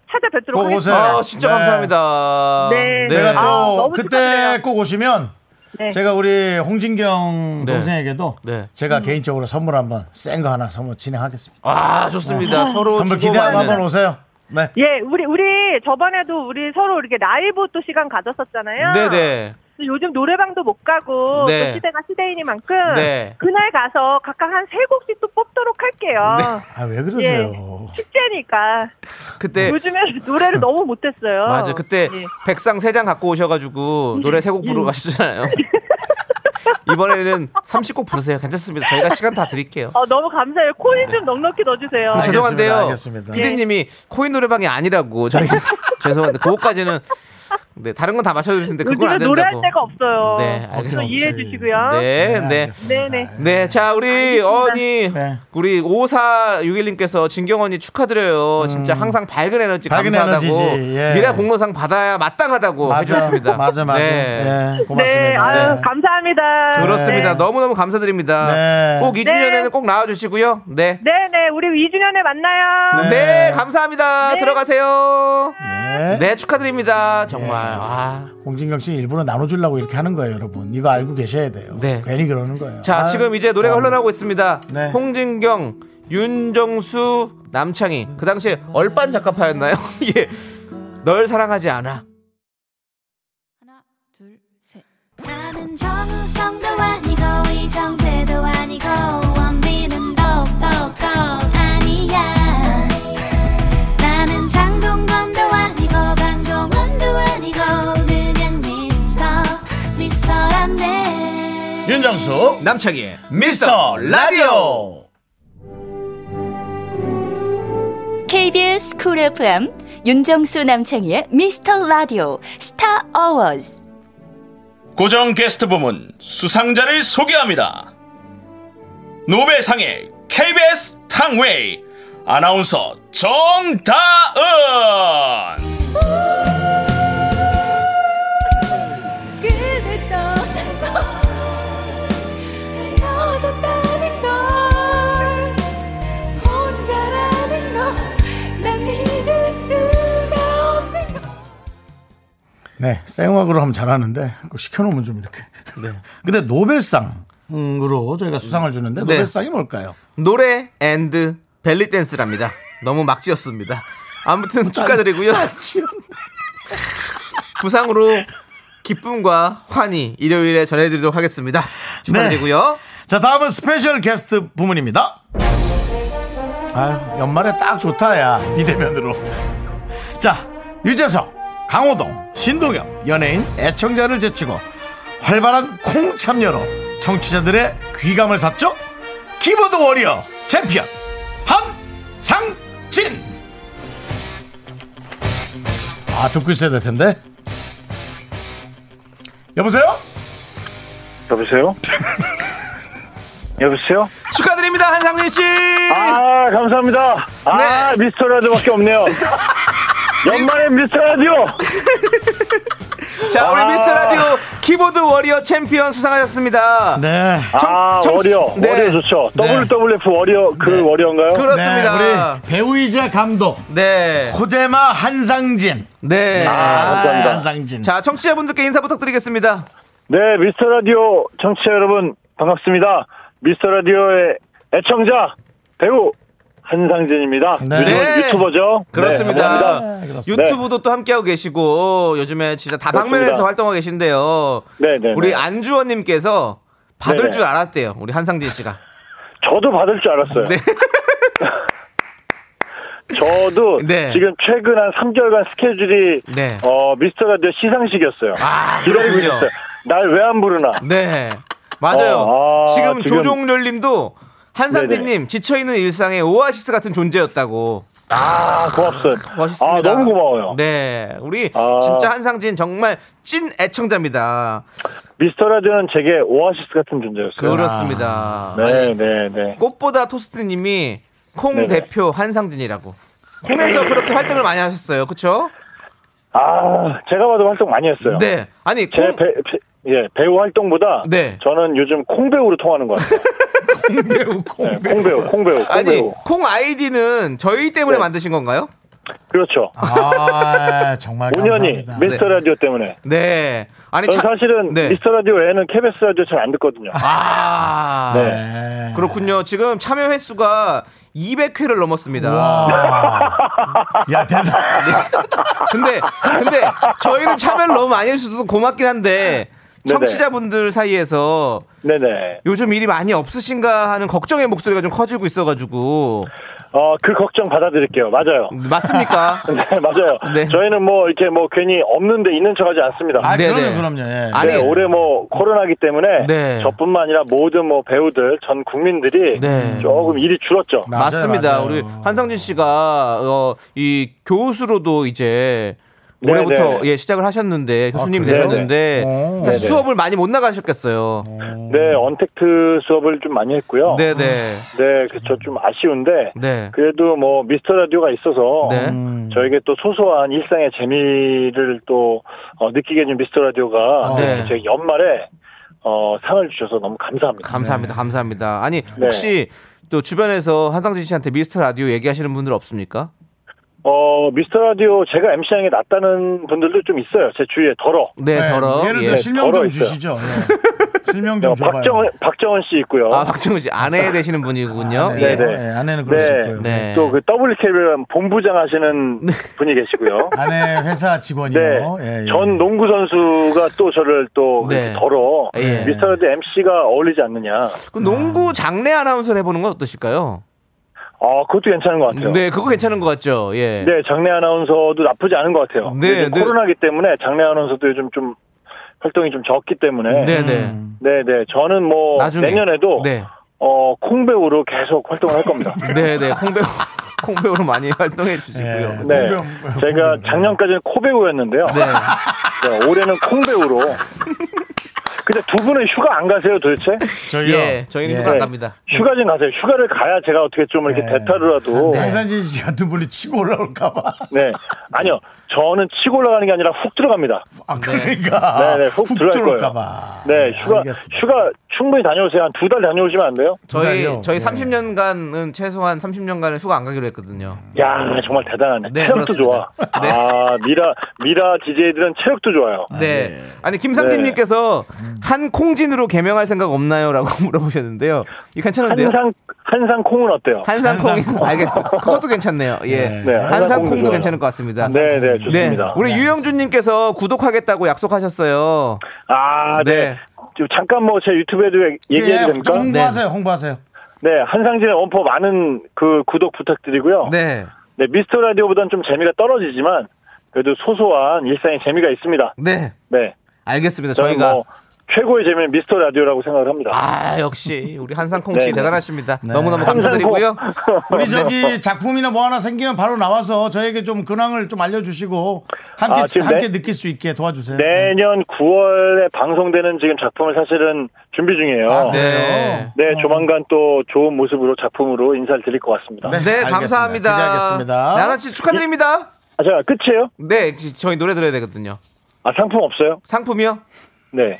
찾아뵙도록 꼭 오세요. 네. 하겠습니다. 아, 진짜 감사합니다. 네. 제가 아, 또 너무 그때 꼭 오시면 네. 제가 우리 홍진경 네. 동생에게도 네. 제가 개인적으로 선물 한번 센 거 하나 선물 진행하겠습니다. 아, 좋습니다. 네. 서로 주고 선물 기대하고 받는. 한번 오세요. 네. 예, 우리 우리 저번에도 우리 서로 이렇게 라이브 또 시간 가졌었잖아요. 네, 네. 그래서 요즘 노래방도 못 가고 네. 또 시대가 시대이니만큼 네. 그날 가서 각각 한 세 곡씩 또 뽑도록 할게요. 아 왜 그러세요? 축제니까. 네. 그때 예. 아, 요즘에 노래를 너무 못했어요. 예. 맞아. 그때 백상 세 장 갖고 오셔가지고 노래 세 곡 부르고 하시잖아요. 이번에는 30곡 부르세요. 괜찮습니다. 저희가 시간 다 드릴게요. 어, 너무 감사해요. 코인 좀 넉넉히 넣어주세요. 그리고 아, 죄송한데요. 알겠습니다. 예. 네. 피디님이 코인 노래방이 아니라고 저희 죄송한데 그거까지는 네, 다른 건 다 마셔주시는데 그건 요즘에 안 노래할 된다고. 데가 없어요. 네, 좀 알겠습니다. 이해해 주시고요. 네, 네. 네, 네. 네, 자 우리 언니 네. 우리 5461님께서 진경 언니 축하드려요. 진짜 항상 밝은 에너지 음. 밝은 감사하다고 에너지지, 예. 미라 공로상 받아야 마땅하다고 맞아, 해주셨습니다. 맞아, 맞아. 예, 고맙습니다. 예. 네. 네, 아유, 네. 감사합니다. 그렇습니다. 너무너무 감사드립니다. 꼭 2주년에는 네. 꼭 나와주시고요. 네. 네, 네. 우리 2주년에 만나요. 네, 감사합니다. 네. 들어가세요. 네. 축하드립니다. 정말. 아. 홍진경 씨 일부러 나눠주려고 이렇게 하는 거예요, 여러분. 이거 알고 계셔야 돼요. 괜히 그러는 거예요. 네. 자, 아, 지금 이제 노래가 어. 네. 흘러나오고 있습니다. 홍진경, 윤정수, 남창희. 그 당시에 얼반 작가파였나요? 예. 널 사랑하지 않아. 나는 정우성도 아니고 이정재도 아니고 원빈은 더욱더 아니야 나는 장동건도 아니고 강동원도 아니고 그냥 미스터 미스터란데 예, 윤정수 남창희의 미스터 라디오 KBS 쿨 FM 윤정수 남창희의 미스터 라디오 스타 어워즈 고정 게스트 부문 수상자를 소개합니다. 노벨상의 KBS 탕웨이 아나운서 정다은 네, 생음악으로 하면 잘하는데 그거 시켜놓으면 좀 이렇게. 네. 근데 노벨상으로 저희가 수상을 주는데 네. 노벨상이 뭘까요? 노래 앤드 벨리 댄스랍니다. 너무 막 지었습니다. 아무튼 축하드리고요. 부상으로 기쁨과 환희 일요일에 전해드리도록 하겠습니다. 축하드리고요. 네. 자, 다음은 스페셜 게스트 부문입니다. 아유, 연말에 딱 좋다, 야. 비대면으로. 자, 유재석, 강호동, 신동엽, 연예인, 애청자를 제치고 활발한 콩 참여로 청취자들의 귀감을 샀죠? 키보드 워리어 챔피언, 한상진! 아, 듣고 있어야 될 텐데. 여보세요? 여보세요? 여보세요? 축하드립니다, 한상진 씨. 아, 감사합니다. 아, 미스터 라디오밖에 없네요. 연말에 미스터 라디오. 자, 우리 아. 미스터 라디오 키보드 워리어 챔피언 수상하셨습니다. 네. 네. 아, 워리어. 워리어 좋죠. WWF 워리어 그 워리어인가요? 네, 우리 배우이자 감독. 네. 호재마 한상진. 네. 아, 감사합니다. 한상진. 자, 청취자분들께 인사 부탁드리겠습니다. 네, 미스터 라디오 청취자 여러분 반갑습니다. 미스터 라디오의 애청자 배우 한상진입니다. 네. 요즘은 유튜버죠. 네, 그렇습니다. 감사합니다. 유튜브도 또 함께하고 계시고 어, 요즘에 진짜 다방면에서 그렇습니다. 활동하고 계신데요. 네네. 우리 안주원님께서 받을 네네. 줄 알았대요. 우리 한상진 씨가. 저도 받을 줄 알았어요. 네. 저도 네. 지금 최근 한 3개월간 스케줄이 네. 어, 미스터 라디오 시상식이었어요. 아, 기다리고 그렇군요. 있었어요. 날 왜 안 부르나? 네. 맞아요. 어, 아, 지금, 지금- 네, 조종렬님도 한상진님 지쳐있는 일상의 오아시스 같은 존재였다고. 아, 고맙습니다. 멋있습니다. 아, 너무 고마워요. 네, 우리 아. 진짜 한상진 정말 찐 애청자입니다. 미스터 라디오는 제게 오아시스 같은 존재였어요. 그렇습니다. 네, 네, 네. 꽃보다 토스트님이 콩 네네. 네. 대표 한상진이라고. 콩에서 그렇게 활동을 많이 하셨어요, 그렇죠? 아, 제가 봐도 활동 많이 했어요. 네. 아니, 제 배, 배- 예, 배우 활동보다 네. 저는 요즘 콩배우로 통하는 것 같아요. 네, 콩배우, 콩배우. 콩배우, 콩배우, 네. 네. 아니 콩 아이디는 저희 때문에 만드신 건가요? 그렇죠. 아, 정말 문현이 감사합니다. 미스터 네. 라디오 때문에. 네. 아니 저는 참- 사실은 네. 미스터 라디오 외에는 KBS 라디오 잘 안 듣거든요. 아, 네. 그렇군요. 지금 참여 횟수가 200회를 넘었습니다. 야, 대단. 네. 근데 근데 저희는 참여를 너무 많이 해주셔서 고맙긴 한데 네네. 청취자분들 사이에서 네네. 요즘 일이 많이 없으신가 하는 걱정의 목소리가 좀 커지고 있어가지고 어, 그 걱정 받아들일게요. 맞아요. 맞습니까? 네, 맞아요. 저희는 뭐, 이렇게 뭐, 괜히 없는데 있는 척 하지 않습니다. 아, 그럼요, 그럼요. 예. 아니 네, 올해 뭐 코로나기 때문에 네. 저뿐만 아니라 모든 뭐 배우들 전 국민들이 네. 조금 일이 줄었죠. 맞습니다. 우리 한상진 씨가 어, 이 교수로도 이제 네, 올해부터 네. 예, 시작을 하셨는데 교수님이 그래요? 되셨는데 네, 네. 사실 네, 네. 수업을 많이 못 나가셨겠어요. 네 언택트 수업을 좀 많이 했고요. 네, 네. 네, 그렇죠. 좀 아쉬운데 네. 그래도 뭐 미스터 라디오가 있어서 음, 네. 저에게 또 소소한 일상의 재미를 또 어, 느끼게 해준 미스터 라디오가 네. 제 연말에 어, 상을 주셔서 너무 감사합니다. 감사합니다. 감사합니다. 아니 네. 혹시 또 주변에서 한상진 씨한테 미스터 라디오 얘기하시는 분들 없습니까? 어, 미스터 라디오 제가 MC 하는 게 낫다는 분들도 좀 있어요. 제 주위에 덜어. 네, 네, 덜어. 예를 예. 들어 실명 덜어 좀 있어요. 어, 주시죠. 예. 실명 좀 줘봐요. 박정은 박정은 씨 있고요. 아 박정우 씨 아내 되시는 분이군요. 네, 예. 네. 어? 아내는 그럴 네. 수 있고요. 네. 또 그 WKBM 본부장 하시는 분이 계시고요. 아내 회사 직원이요. 네. 예, 예. 전 농구 선수가 또 저를 또 네. 덜어 예. 미스터 라디오 MC가 어울리지 않느냐. 그 농구 장례 아나운서를 해보는 건 어떠실까요? 아, 그것도 괜찮은 것 같아요. 네, 그거 괜찮은 것 같죠. 예. 네, 장례 아나운서도 나쁘지 않은 것 같아요. 네, 요즘 네. 코로나기 때문에 장례 아나운서도 요즘 좀 활동이 좀 적기 때문에 네네. 음. 네네 저는 뭐 나중에. 내년에도 네. 어 콩배우로 계속 활동을 할 겁니다. 네네. 콩배우 콩배우로 많이 활동해 주시고요. 네, 제가 작년까지는 코배우였는데요. 네, 올해는 콩배우로. 근데 두 분은 휴가 안 가세요 도대체? 네. 저희요? 예, 저희는 휴가 안 갑니다. 휴가 좀 가세요. 휴가를 가야 제가 어떻게 좀 이렇게 네. 대타로라도. 황산진 씨 같은 분이 치고 올라올까봐. 네. 아니요. 저는 치고 올라가는 게 아니라 훅 들어갑니다. 아, 네. 그러니까. 네네, 훅, 훅 들어갈 들어올까봐. 거예요. 네, 휴가, 휴가 충분히 다녀오세요. 한 두 달 다녀오시면 안 돼요? 저희 네. 저희 30년간은 최소한 30년간은 휴가 안 가기로 했거든요. 야, 정말 대단하네. 네, 체력도 그렇습니다. 좋아. 아, 미라, 미라 DJ들은 체력도 좋아요. 네. 아니 김상진님께서 네. 한 콩진으로 개명할 생각 없나요?라고 물어보셨는데요. 이 괜찮은데요? 한상, 한상 콩은 어때요? 한상 콩 알겠습니다. 그것도 괜찮네요. 예. 네, 한상 한상 콩도 콩도 좋아요. 괜찮을 것 같습니다. 네, 네, 좋습니다. 우리 유영준님께서 구독하겠다고 약속하셨어요. 아, 네. 지금 잠깐 뭐 제 유튜브에도 예, 얘기해도 됩니까? 네, 홍보하세요, 홍보하세요. 네, 한상진의 원포 많은 그 구독 부탁드리고요. 네. 네, 미스터 라디오보다는 좀 재미가 떨어지지만 그래도 소소한 일상의 재미가 있습니다. 네. 네. 알겠습니다. 저는 저희가- 뭐 최고의 재미는 미스터 라디오라고 생각을 합니다. 아 역시 우리 한상콩 씨 네, 네. 대단하십니다. 네. 너무너무 감사드리고요. 우리 저기 작품이나 뭐 하나 생기면 바로 나와서 저에게 좀 근황을 좀 알려주시고 함께 아, 지금 네. 함께 내- 느낄 수 있게 도와주세요. 내년 9월에 방송되는 지금 작품을 사실은 준비 중이에요. 아, 그래요? 어. 네, 조만간 또 좋은 모습으로 작품으로 인사를 드릴 것 같습니다. 네, 감사합니다. 나나 씨 축하드립니다. 아, 제가 끝이에요? 네, 지- 저희 노래 들어야 되거든요. 아, 상품 없어요? 상품이요? 네.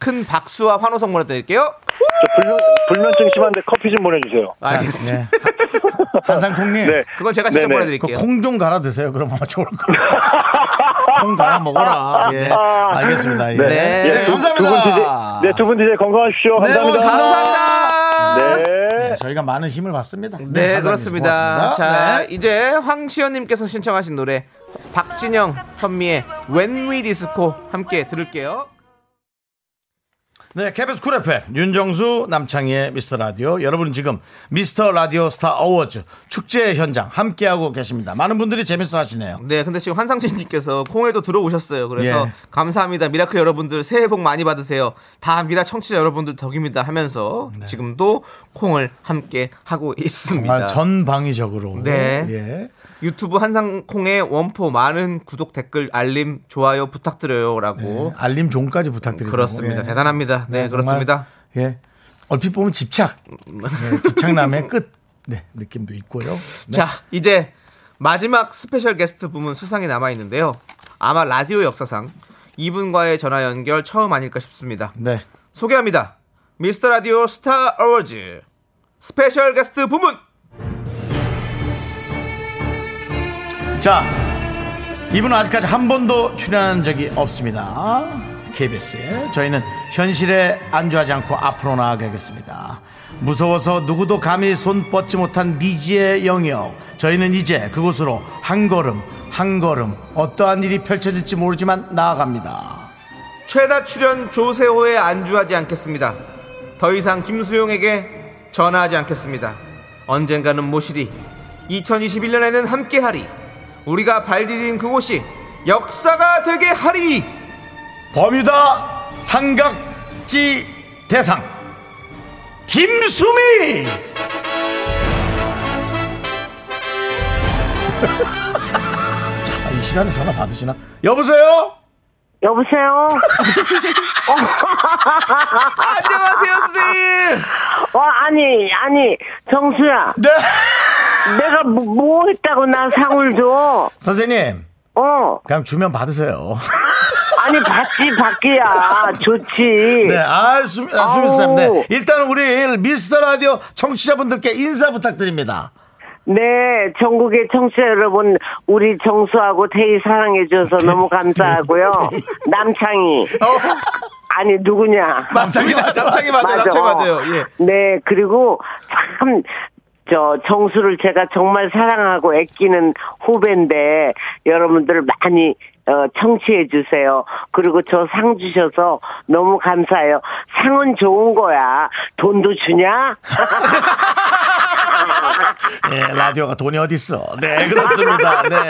큰 박수와 환호 선물을 드릴게요. 저 불면, 불면증 심한데 커피 좀 보내주세요. 알겠습니다. 네. 한상콩님. 네. 그건 제가 직접 네네. 보내드릴게요. 콩좀 갈아 드세요. 그러면 아마 좋을 거예요. 콩 갈아 먹어라. 네. 예. 알겠습니다. 예. 아. 네. 예, 두- 감사합니다. 두분 DJ 네, 두 분 DJ 건강하십시오. 네, 감사합니다. 감사합니다. 네. 저희가 많은 힘을 받습니다. 네, 아! 네, 감사합니다. 그렇습니다. 고맙습니다. 자, 네. 이제 황시연님께서 신청하신 노래 박진영 선미의 When We Disco 함께 들을게요. 네, KBS 쿨 FM 윤정수 남창희의 미스터 라디오 여러분은 지금 미스터 라디오 스타 어워즈 축제 현장 함께하고 계십니다. 많은 분들이 재밌어 하시네요. 네, 근데 지금 환상진님께서 콩에도 들어오셨어요. 그래서 예. 감사합니다. 미라클 여러분들 새해 복 많이 받으세요. 다 미라 청취자 여러분들 덕입니다 하면서 네. 지금도 콩을 함께 하고 있습니다. 정말 전방위적으로 네. 예. 유튜브 한상콩의 원포 많은 구독 댓글 알림 좋아요 부탁드려요라고 네, 음, 알림 종까지 예. 부탁드립니다. 그렇습니다. 대단합니다. 네, 그렇습니다. 예. 얼핏 보면 집착. 네, 집착남의 끝. 네, 느낌도 있고요. 네. 자, 이제 마지막 스페셜 게스트 부문 수상이 남아 있는데요. 아마 라디오 역사상 이분과의 전화 연결 처음 아닐까 싶습니다. 네. 소개합니다. 미스터 라디오 스타 어워즈 스페셜 게스트 부문. 자, 이분은 아직까지 한 번도 출연한 적이 없습니다. KBS에 저희는 현실에 안주하지 않고 앞으로 나아가겠습니다. 무서워서 누구도 감히 손 뻗지 못한 미지의 영역. 저희는 이제 그곳으로 한 걸음, 한 걸음 어떠한 일이 펼쳐질지 모르지만 나아갑니다. 최다 출연 조세호에 안주하지 않겠습니다. 더 이상 김수용에게 전화하지 않겠습니다. 언젠가는 모시리. 2021년에는 함께하리. 우리가 발디딘 그곳이 역사가 되게 하리. 범유다 삼각지 대상 김수미 아, 이 시간에 전화 받으시나? 여보세요? 여보세요? 안녕하세요, 선생님. 어, 아니, 아니, 정수야. 네. 내가 뭐, 뭐 했다고 나 상을 줘? 선생님 어. 그냥 주면 받으세요 아니, 받지, 받기야. 아, 좋지. 네, 아, 수미, 아, 수미 쌤. 네. 일단 우리 미스터 라디오 청취자분들께 인사 부탁드립니다. 네, 전국의 청취자 여러분, 우리 정수하고 태희 사랑해줘서 네. 너무 감사하고요. 남창희. 아니, 누구냐? 맞습니다. 어? 남창희 맞아요. 남창희 맞아요. 예. 네, 그리고 참, 저 정수를 제가 정말 사랑하고 아끼는 후배인데, 여러분들 많이 어, 청취해 주세요. 그리고 저 상 주셔서 너무 감사해요. 상은 좋은 거야. 돈도 주냐? 네, 라디오가 돈이 어딨어. 네, 그렇습니다. 네.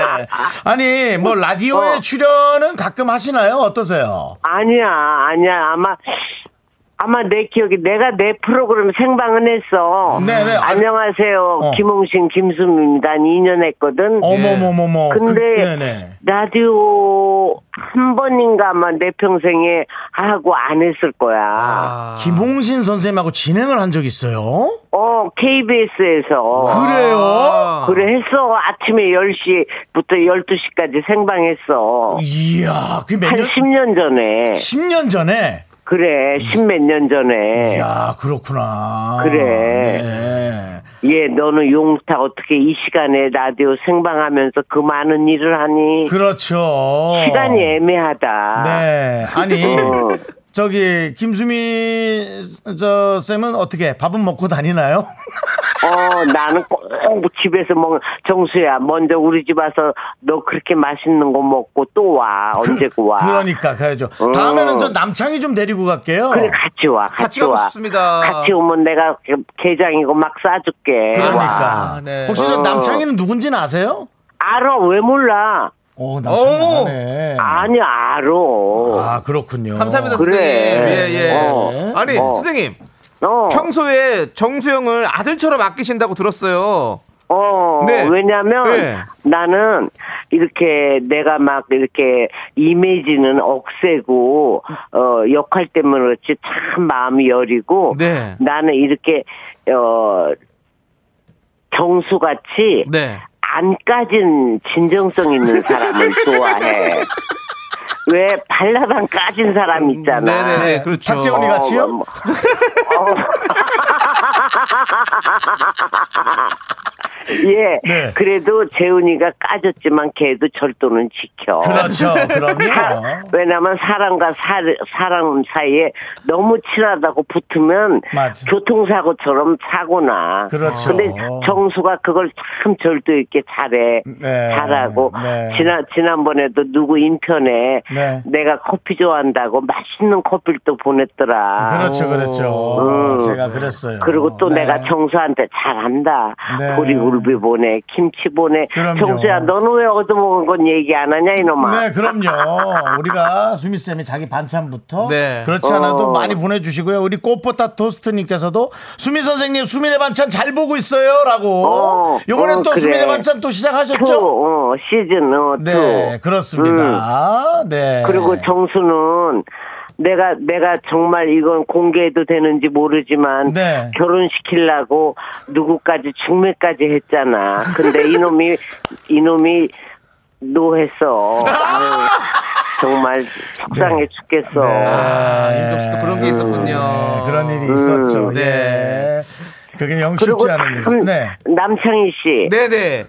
아니, 뭐, 어. 라디오에 출연은 가끔 하시나요? 어떠세요? 아니야, 아니야. 아마 아마 내 기억이 내가 내 프로그램 생방은 했어. 네, 네. 안녕하세요. 어. 김홍신 김수미입니다. 한 2년 예. 했거든. 어머머머머. 근데 그- 네, 네. 라디오 한 번인가 아마 내 평생에 하고 안 했을 거야. 김홍신 선생님하고 진행을 한 적 있어요? 어, KBS에서. 그래요? 그래, 했어. 아침에 10시부터 12시까지 생방했어. 이야, 그몇 한 10년 전에. 10년 전에? 그래, 10몇 년 전에. 이야, 그렇구나. 네. 그래. 예, 너는 용타 어떻게 이 시간에 라디오 생방하면서 그 많은 일을 하니. 그렇죠. 시간이 애매하다. 네. 아니, 아. 어. 저기, 김수미 저 쌤은 어떻게 밥은 먹고 다니나요? 어, 나는 꼭 집에서 먹, 정수야, 먼저 우리 집 와서 너 그렇게 맛있는 거 먹고 또 와. 언제고 와. 그러니까 가야죠. 아. 어. 다음에는 저 남창이 좀 데리고 갈게요. 그래, 같이 와. 같이, 같이 가고 와. 싶습니다. 같이 오면 내가 그 게장이고 막 싸줄게. 그러니까. 와. 혹시 저 어. 남창이는 누군지는 아세요? 알아, 왜 몰라? 오, 남창이 네 아니, 알아. 아, 그렇군요. 감사합니다, 그래. 선생님. 예, 예. 어. 아니, 어. 선생님. 어. 평소에 정수영을 아들처럼 아끼신다고 들었어요. 어, 네. 왜냐면 네. 나는 이렇게 내가 막 이렇게 이미지는 억세고, 어, 역할 때문에 그렇지 참 마음이 여리고, 네. 나는 이렇게, 어, 정수같이 네. 안 까진 진정성 있는 사람을 좋아해. 왜 발라당 까진 사람 있잖아. 네네네, 그렇죠. 박재훈이 같이요? 어, 뭐, 예. 네. 그래도 재훈이가 까졌지만 걔도 절도는 지켜. 그렇죠. 사- 그럼요. 왜냐면 사람과 사, 사람 사이에 너무 친하다고 붙으면 맞아. 교통사고처럼 사고나. 그렇죠. 근데 정수가 그걸 참 절도 있게 잘해. 네. 잘하고 네. 뭐 지난 지난번에도 누구 인편에 네. 내가 커피 좋아한다고 맛있는 커피를 또 보냈더라. 음. 그렇죠, 그렇죠. 제가 그랬어요. 그리고 또 내가 정수한테 잘한다. 네. 보리굴비 보내, 김치 보내. 그럼요. 정수야, 너는 왜 얻어먹은 건 얘기 안 하냐, 이놈아. 네, 그럼요. 우리가 수미 쌤이 자기 반찬부터 네. 그렇지 않아도 어. 많이 보내주시고요. 우리 꽃보다 토스트님께서도 수미 선생님 수민의 반찬 잘 보고 있어요라고. 어, 요번엔 어, 또 그래. 수민의 반찬 또 시작하셨죠? 투, 어, 시즌, 어, 투. 음. 네, 그렇습니다. 네. 어. 그리고 정수는 내가 내가 정말 이건 공개해도 되는지 모르지만 네. 결혼시키려고 누구까지 중매까지 했잖아. 근데 이놈이 이놈이 노했어. 아유, 정말 속상해 네. 죽겠어. 아, 윤정 씨도 그런 게 있었군요. 네, 그런 일이 있었죠. 음. 네. 예. 그게 영 쉽지 않은 일이죠. 참 네. 남창희 씨. 네네.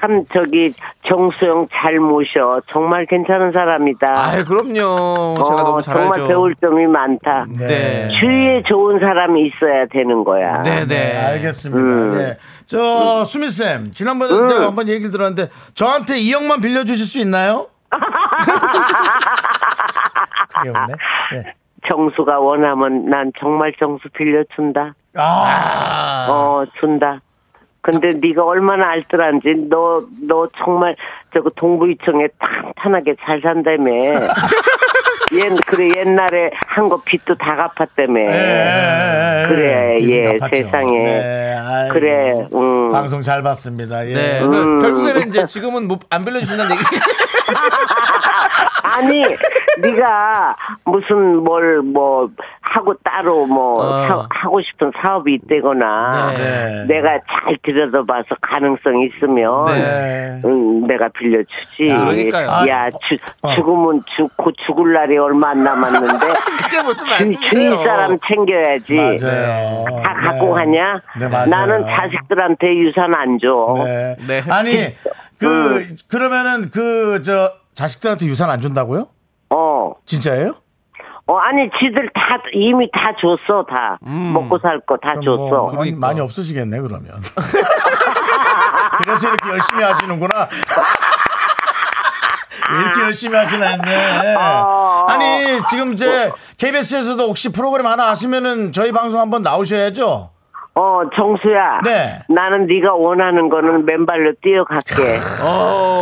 참 저기 정수영 잘 모셔. 정말 괜찮은 사람이다. 어, 아, 그럼요. 제가 너무 잘 알죠. 정말 배울 점이 많다. 네. 주위에 좋은 사람이 있어야 되는 거야. 네, 알겠습니다. 네. 저 수미 쌤 지난번에 제가 한번 얘기를 들었는데 저한테 2억만 빌려주실 수 있나요? 그게 없네. 네. 정수가 원하면 난 정말 정수 빌려준다. 아. 어, 준다. 근데 네가 얼마나 알뜰한지 너 너 정말 저거 동부이청에 탄탄하게 잘 산다며. 옛 그래 옛날에 한 거 빚도 다 네, 갚았다며. 그래 빚은 예 갚았죠. 세상에. 네, 아이고. 그래 음. 방송 잘 봤습니다. 예. 네. 그 결국에는 이제 지금은 못, 안 빌려주신다는 얘기. 아니 네가 무슨 뭘 뭐 하고 따로 뭐 사- 하고 싶은 사업이 있대거나 어. 네. 내가 잘 들여다봐서 가능성이 있으면 네. 음, 내가 빌려주지. 아, 어. 그러니까요. 야 주, 죽으면 죽고 죽을 날이 얼마 안 남았는데 그게 무슨 주, 말씀이세요? 주위 사람 챙겨야지. 맞아요. 다 갖고 가냐? 네, 맞아요. 나는 자식들한테 유산 안 줘. 네. 아니 그 그러면은 그 저 자식들한테 유산 안 준다고요? 어. 진짜예요? 어, 아니, 지들 다, 이미 다 줬어, 다. 먹고 살 거 다 음. 그럼 줬어. 뭐 많이, 많이 없으시겠네 그러면. 그래서 이렇게 열심히 하시는구나. 왜 이렇게 열심히 하시나 했네. 어, 아니 지금 이제 KBS에서도 혹시 프로그램 하나 하시면은 저희 방송 한번 나오셔야죠. 어, 어 정수야. 네. 나는 네가 원하는 거는 맨발로 뛰어갈게. 어,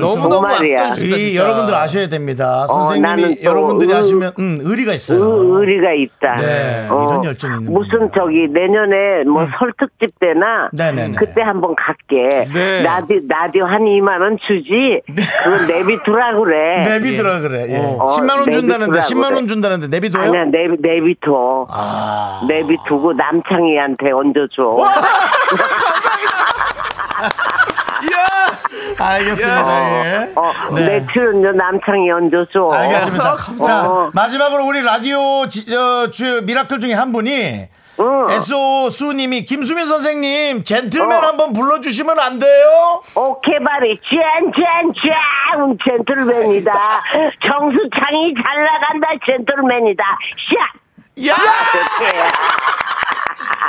정말이야. 아, 이 여러분들 아셔야 됩니다. 어, 나는 선생님이 또 여러분들이 의- 하시면 음, 의리가 있어요. 의, 리가 있다. 어, 네, 이런 열정이 있는 음. 무슨 저기 내년에 뭐 설특집 때나 네네네. 그때 한번 갈게. 네. 라디 라디오 한 2만 원 주지. 그거 내비두라 그래. 어, 내비두라 그래. 예. 10만 원 준다는데, 10만 원 준다는데 내비둬요? 아. 아니야 내비 내비둬. 내비두고 남창희한테 얹어줘. 알겠습니다. 예. 어, 네. 내 출연료 남창희 얹어줘. 알겠습니다. 자, 어, 마지막으로 우리 라디오 지, 어, 주- 미라클 중에 한 분이 SO 수님이 김수민 선생님 젠틀맨 한번 불러주시면 안 돼요? 어. 오케바리 짠짠짠 음, 젠틀맨이다. 정수창이 잘 나간다 젠틀맨이다. 샷. 야!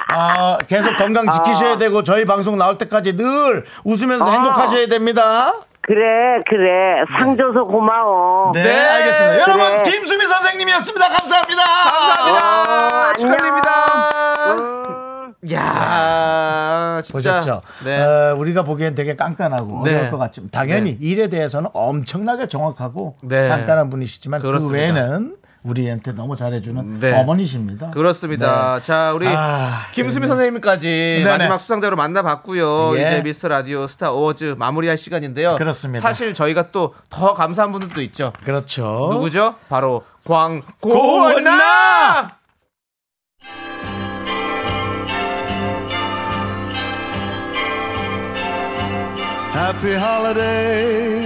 아, 계속 건강 지키셔야 아. 되고 저희 방송 나올 때까지 늘 웃으면서 어. 행복하셔야 됩니다. 네, 그래 그래 상 줘서 고마워. 네, 알겠습니다. 여러분 그래. 김수민 선생님이었습니다. 감사합니다. 아. 감사합니다. 축하드립니다. 야, 진짜. 보셨죠? 네. 어, 우리가 보기엔 되게 깐깐하고 네. 어려울 것 같지만 당연히 네. 일에 대해서는 엄청나게 정확하고 네. 깐깐한 분이시지만 그 그렇습니다. 외에는 우리한테 너무 잘해주는 네. 어머니십니다. 그렇습니다. 네. 자, 우리 아, 김수미 그러네. 선생님까지 네네. 마지막 수상자로 만나봤고요. 예. 이제 미스터 라디오 스타 어워즈 마무리할 시간인데요. 그렇습니다. 사실 저희가 또 더 감사한 분들도 있죠. 그렇죠. 누구죠? 바로 광고원나. 고원나! Happy holiday.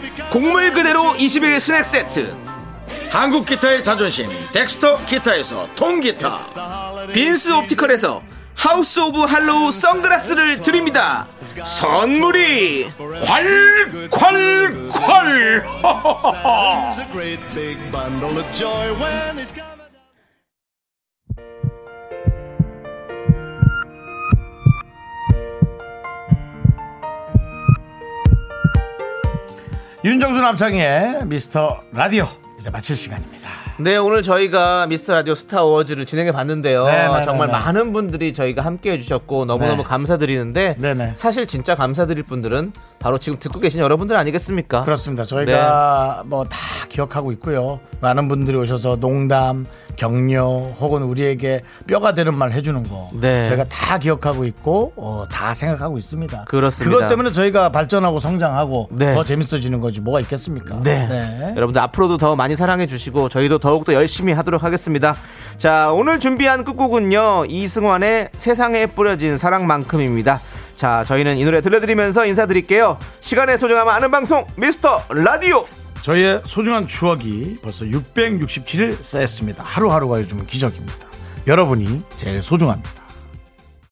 곡물 그대로 21 스낵 세트 한국 기타의 자존심 덱스터 기타에서 통기타 빈스 옵티컬에서 하우스 오브 할로우 선글라스를 드립니다 선물이 콸콸콸 Saturday's a great big bundle of joy when it's coming. 윤정수 남창의 미스터 라디오 이제 마칠 시간입니다. 네 오늘 저희가 미스터 라디오 스타 워즈를 진행해 봤는데요 네, 네, 네, 정말 네. 많은 분들이 저희가 함께 해주셨고 너무너무 네. 감사드리는데 네네. 사실 진짜 감사드릴 분들은 바로 지금 듣고 계신 여러분들 아니겠습니까 네. 그렇습니다. 저희가 뭐 다 기억하고 있고요. 많은 분들이 오셔서 농담, 격려 혹은 우리에게 뼈가 되는 말 해주는 거 네. 저희가 다 기억하고 있고 어, 다 생각하고 있습니다. 그렇습니다. 그것 때문에 저희가 발전하고 성장하고 네. 더 재밌어지는 거지 뭐가 있겠습니까? 네. 여러분들 앞으로도 더 많이 사랑해 주시고 저희도 더욱더 열심히 하도록 하겠습니다. 자, 오늘 준비한 끝곡은요. 이승환의 세상에 뿌려진 사랑만큼입니다. 자, 저희는 이 노래 들려드리면서 인사드릴게요. 시간의 소중함 아는 방송 미스터 라디오. 저희의 소중한 추억이 벌써 667일 쌓였습니다. 하루하루가 요즘 은 기적입니다. 여러분이 제일 소중합니다.